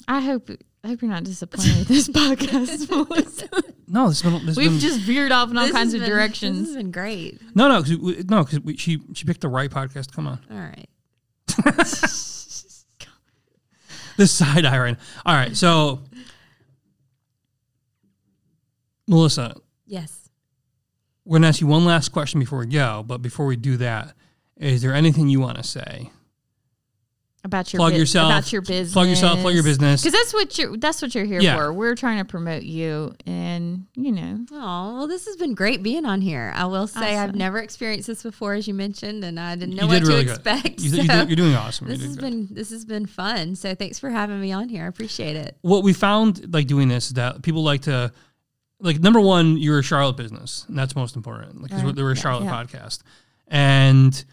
[SPEAKER 3] I hope I hope you're not disappointed with this podcast. Melissa.
[SPEAKER 1] No, this has been, this has
[SPEAKER 3] We've
[SPEAKER 1] been-
[SPEAKER 3] just veered off in all
[SPEAKER 2] This has
[SPEAKER 3] kinds of
[SPEAKER 2] been- This
[SPEAKER 3] directions.
[SPEAKER 2] has been great.
[SPEAKER 1] no, no, 'cause we- no, because she she picked the right podcast. Come on,
[SPEAKER 2] All right.
[SPEAKER 1] this side eye right. now. All right, so Melissa,
[SPEAKER 2] Yes.
[SPEAKER 1] we're gonna ask you one last question before we go. But before we do that, is there anything you want to say?
[SPEAKER 3] About your
[SPEAKER 1] Plug
[SPEAKER 3] bu-
[SPEAKER 1] yourself.
[SPEAKER 3] About your business.
[SPEAKER 1] Plug yourself. Plug your business.
[SPEAKER 3] Because that's what you're that's what you're here
[SPEAKER 1] Yeah.
[SPEAKER 3] for. We're trying to promote you and you know.
[SPEAKER 2] Oh, well, this has been great being on here. I will say I've
[SPEAKER 3] Awesome.
[SPEAKER 2] never experienced this before, as you mentioned, and I didn't know
[SPEAKER 1] You
[SPEAKER 2] what
[SPEAKER 1] did really
[SPEAKER 2] to
[SPEAKER 1] good.
[SPEAKER 2] expect.
[SPEAKER 1] You, you
[SPEAKER 2] so
[SPEAKER 1] did, you're doing awesome. You
[SPEAKER 2] this
[SPEAKER 1] did
[SPEAKER 2] has
[SPEAKER 1] good.
[SPEAKER 2] been this has been fun. So thanks for having me on here. I appreciate it.
[SPEAKER 1] what we found like doing this is that people like to like number one, you're a Charlotte business, and that's most important. Like 'cause
[SPEAKER 3] Right.
[SPEAKER 1] there were a Charlotte
[SPEAKER 3] Yeah.
[SPEAKER 1] podcast, and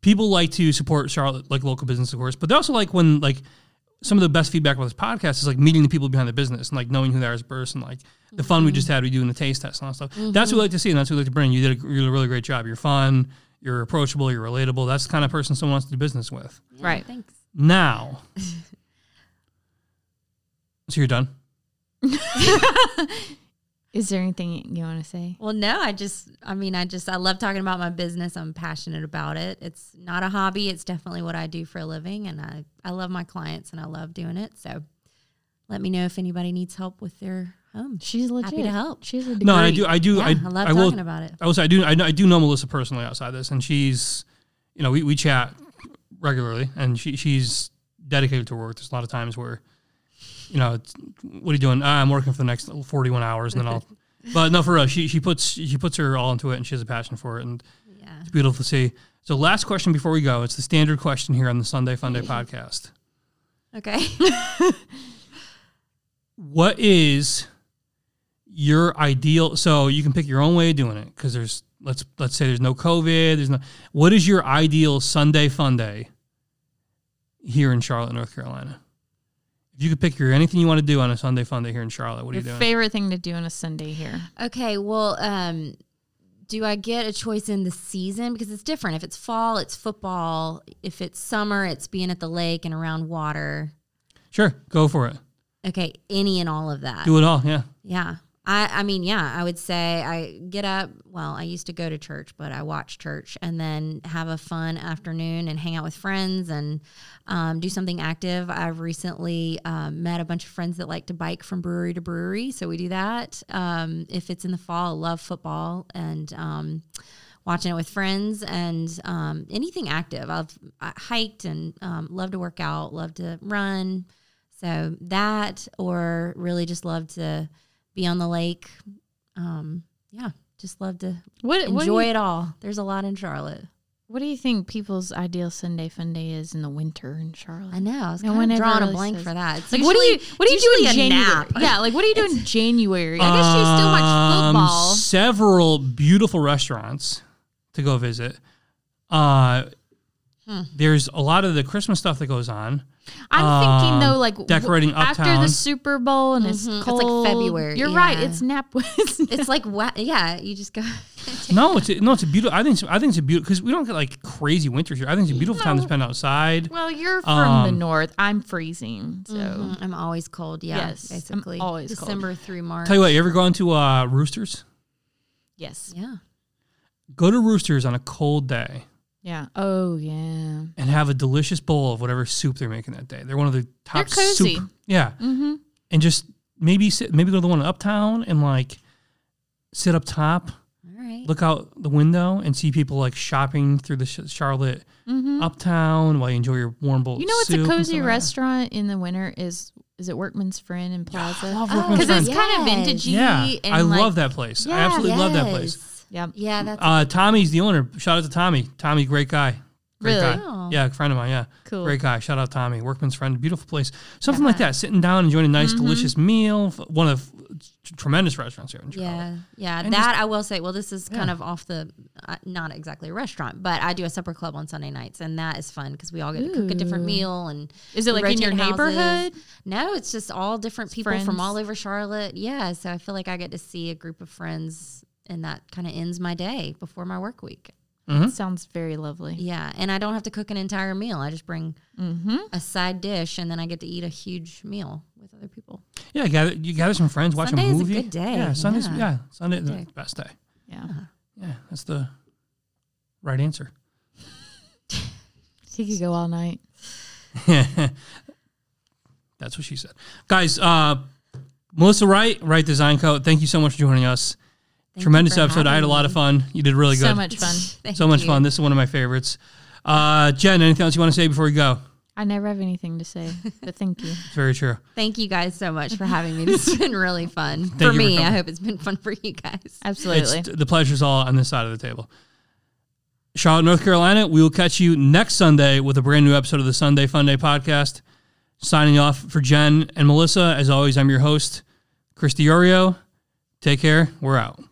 [SPEAKER 1] people like to support Charlotte like local business, of course, but they also like when like some of the best feedback about this podcast is like meeting the people behind the business and like knowing who they are as a person, like the fun we
[SPEAKER 3] Mm-hmm.
[SPEAKER 1] just had, we doing the taste test and all that stuff. That's what we like to see, and that's what we like to bring. You did a, you did a really great job. You're fun. You're approachable. You're relatable. That's the kind of person someone wants to do business with.
[SPEAKER 2] Yeah,
[SPEAKER 3] Right.
[SPEAKER 2] Thanks.
[SPEAKER 1] Now. so you're done?
[SPEAKER 3] Is there anything you want to say?
[SPEAKER 2] Well, no, I just, I mean, I just, I love talking about my business. I'm passionate about it. It's not a hobby. It's definitely what I do for a living. And I, I love my clients and I love doing it. So let me know if anybody needs help with their home.
[SPEAKER 3] She's legit.
[SPEAKER 2] to help.
[SPEAKER 3] She's a degree.
[SPEAKER 1] No, and I do. I do.
[SPEAKER 2] Yeah, I,
[SPEAKER 1] I,
[SPEAKER 2] love
[SPEAKER 1] I
[SPEAKER 2] talking
[SPEAKER 1] will.
[SPEAKER 2] about it.
[SPEAKER 1] I will say I do. I, know, I do know Melissa personally outside this, and she's, you know, we, we chat regularly, and she she's dedicated to her work. There's a lot of times where, you know, it's, what are you doing? Ah, I'm working for the next 41 hours, and then I'll. But no, for real, she she puts she puts her all into it, and she has a passion for it, and
[SPEAKER 2] Yeah.
[SPEAKER 1] it's beautiful to see. So, last question before we go, it's the standard question here on the Sunday Funday podcast.
[SPEAKER 2] Okay.
[SPEAKER 1] what is your ideal so you can pick your own way of doing it because there's let's let's say there's no covid there's no what is your ideal sunday fun day here in charlotte north carolina if you could pick your anything you want to do on a sunday fun day here in charlotte what are
[SPEAKER 3] Your
[SPEAKER 1] you doing
[SPEAKER 3] favorite thing to do on a Sunday here.
[SPEAKER 2] Okay, well, um, do I get a choice in the season? Because it's different. If it's fall, it's football. If it's summer, it's being at the lake and around water.
[SPEAKER 1] sure go for it
[SPEAKER 2] Okay, any and all of that.
[SPEAKER 1] do it all yeah
[SPEAKER 2] Yeah. I, I mean, yeah, I would say I get up. Well, I used to go to church, but I watch church and then have a fun afternoon and hang out with friends and um, do something active. I've recently um, met a bunch of friends that like to bike from brewery to brewery. So we do that. Um, if it's in the fall, I love football and um, watching it with friends and um, anything active. I've I hiked and um, love to work out, love to run. So that, or really just love to be on the lake. Um, yeah, just love to
[SPEAKER 3] What what do
[SPEAKER 2] enjoy
[SPEAKER 3] you,
[SPEAKER 2] it all. There's a lot in Charlotte.
[SPEAKER 3] what do you think people's ideal Sunday fun day is in the winter in Charlotte?
[SPEAKER 2] I know. I was
[SPEAKER 3] No
[SPEAKER 2] kind
[SPEAKER 3] one
[SPEAKER 2] of
[SPEAKER 3] ever
[SPEAKER 2] drawing a
[SPEAKER 3] really
[SPEAKER 2] blank
[SPEAKER 3] says-
[SPEAKER 2] for that. It's
[SPEAKER 3] Like what do you
[SPEAKER 2] usually-
[SPEAKER 3] what do you
[SPEAKER 2] it's
[SPEAKER 3] do in
[SPEAKER 2] usually a
[SPEAKER 3] January?
[SPEAKER 2] nap.
[SPEAKER 3] Yeah, like what do you do in January? I guess you still watch
[SPEAKER 1] Um,
[SPEAKER 3] football.
[SPEAKER 1] several beautiful restaurants to go visit uh
[SPEAKER 3] Hmm.
[SPEAKER 1] there's a lot of the christmas stuff that goes on
[SPEAKER 3] I'm thinking though,
[SPEAKER 1] um,
[SPEAKER 3] like w-
[SPEAKER 1] decorating
[SPEAKER 3] after
[SPEAKER 1] Uptown.
[SPEAKER 3] the Super Bowl and
[SPEAKER 2] Mhm.
[SPEAKER 3] it's
[SPEAKER 2] It's like
[SPEAKER 3] cold.
[SPEAKER 2] February,
[SPEAKER 3] You're right.
[SPEAKER 2] yeah.
[SPEAKER 3] It's nap.
[SPEAKER 2] It's like wa- yeah, you just go.
[SPEAKER 1] No, it's a, no, it's a beautiful. I think it's, I think it's a beautiful because we don't get like crazy winters here. I think it's a beautiful time to
[SPEAKER 3] No.
[SPEAKER 1] spend outside.
[SPEAKER 3] well, you're from the
[SPEAKER 1] Um,
[SPEAKER 3] north. I'm freezing, so
[SPEAKER 2] Mhm, I'm always cold. Yeah,
[SPEAKER 3] Yes, I'm
[SPEAKER 2] basically
[SPEAKER 3] always cold.
[SPEAKER 2] December through March.
[SPEAKER 1] Tell you what, you ever gone to uh, Roosters?
[SPEAKER 3] yes,
[SPEAKER 2] yeah,
[SPEAKER 1] Go to Roosters on a cold day
[SPEAKER 3] yeah. Oh yeah.
[SPEAKER 1] and have a delicious bowl of whatever soup they're making that day. They're one of the top
[SPEAKER 3] They're cozy.
[SPEAKER 1] soup. Yeah,
[SPEAKER 3] Mm-hmm.
[SPEAKER 1] and just maybe sit, maybe go to the one in uptown and like sit up top
[SPEAKER 2] all right. right?
[SPEAKER 1] look out the window and see people like shopping through the Sh- Charlotte uptown while you enjoy your warm bowl.
[SPEAKER 3] Mm-hmm. You
[SPEAKER 1] of
[SPEAKER 3] know, it's
[SPEAKER 1] soup
[SPEAKER 3] a
[SPEAKER 1] and
[SPEAKER 3] cozy
[SPEAKER 1] stuff like that.
[SPEAKER 3] restaurant in the winter. Is is it Workman's Friend in Plaza?
[SPEAKER 1] love
[SPEAKER 2] Oh,
[SPEAKER 1] Workman's
[SPEAKER 3] Because it's
[SPEAKER 2] Friend.
[SPEAKER 3] kind of
[SPEAKER 2] Yes.
[SPEAKER 3] vintagey.
[SPEAKER 1] Yeah,
[SPEAKER 3] and
[SPEAKER 1] I
[SPEAKER 3] like,
[SPEAKER 1] love that place. I absolutely love that place.
[SPEAKER 2] yes.
[SPEAKER 3] Yeah,
[SPEAKER 2] Yeah, that's
[SPEAKER 1] Uh, Tommy's the owner. Shout out to Tommy. Tommy, great guy. Great guy.
[SPEAKER 3] Really?
[SPEAKER 2] Wow.
[SPEAKER 1] Yeah, friend of mine. Yeah.
[SPEAKER 3] Cool.
[SPEAKER 1] Great guy. Shout out Tommy. Workman's friend. Beautiful place. Something like that. Sitting down, enjoying a nice,
[SPEAKER 2] Mm-hmm.
[SPEAKER 1] delicious meal. F- One of t- tremendous restaurants here in Chicago.
[SPEAKER 2] Yeah, yeah.
[SPEAKER 1] And
[SPEAKER 2] that I will say. Well, this is kind
[SPEAKER 1] Yeah.
[SPEAKER 2] of off the, uh, not exactly a restaurant, but I do a supper club on Sunday nights, and that is fun because we all get to cook a different
[SPEAKER 3] Ooh.
[SPEAKER 2] meal. And
[SPEAKER 3] Is it
[SPEAKER 2] we
[SPEAKER 3] like in your
[SPEAKER 2] rotate houses.
[SPEAKER 3] neighborhood?
[SPEAKER 2] No, it's just all different people
[SPEAKER 3] friends?
[SPEAKER 2] from all over Charlotte. Yeah, so I feel like I get to see a group of friends, and that kind of ends my day before my work week.
[SPEAKER 3] Sounds very lovely.
[SPEAKER 2] Yeah, and I don't have to cook an entire meal. I just bring
[SPEAKER 3] Mm-hmm.
[SPEAKER 2] a side dish, and then I get to eat a huge meal with other people.
[SPEAKER 1] Yeah, gather, you gather some friends, watch
[SPEAKER 2] Sunday
[SPEAKER 1] a
[SPEAKER 2] is a
[SPEAKER 1] movie.
[SPEAKER 2] good day.
[SPEAKER 1] Yeah, Sunday's, yeah.
[SPEAKER 2] Yeah.
[SPEAKER 1] Sunday is the
[SPEAKER 2] Good
[SPEAKER 1] best day.
[SPEAKER 3] Yeah.
[SPEAKER 1] Yeah, that's the right answer.
[SPEAKER 3] He could go all night.
[SPEAKER 1] That's what she said. Guys, uh, Melissa Wright, Wright Design Co. Thank you so much for joining us.
[SPEAKER 2] Thank you
[SPEAKER 1] Tremendous
[SPEAKER 2] for
[SPEAKER 1] episode. I had a
[SPEAKER 2] having
[SPEAKER 1] lot of
[SPEAKER 2] me.
[SPEAKER 1] fun. You did really good.
[SPEAKER 3] So much fun.
[SPEAKER 2] Thank
[SPEAKER 1] so much
[SPEAKER 2] you.
[SPEAKER 1] fun. This is one of my favorites. Uh, Jen, anything else you want to say before you go?
[SPEAKER 3] I never have anything to say, but thank you.
[SPEAKER 1] It's very true.
[SPEAKER 2] Thank you guys so much for having me. This has been really fun
[SPEAKER 1] you
[SPEAKER 2] for
[SPEAKER 1] for
[SPEAKER 2] me. I
[SPEAKER 1] coming.
[SPEAKER 2] hope it's been fun for you guys.
[SPEAKER 3] Absolutely.
[SPEAKER 1] It's the pleasure's all on this side of the table. Charlotte, North Carolina. We will catch you next Sunday with a brand new episode of the Sunday Fun Day podcast. Signing off for Jen and Melissa. As always, I'm your host, Chris Diorio. Take care. We're out.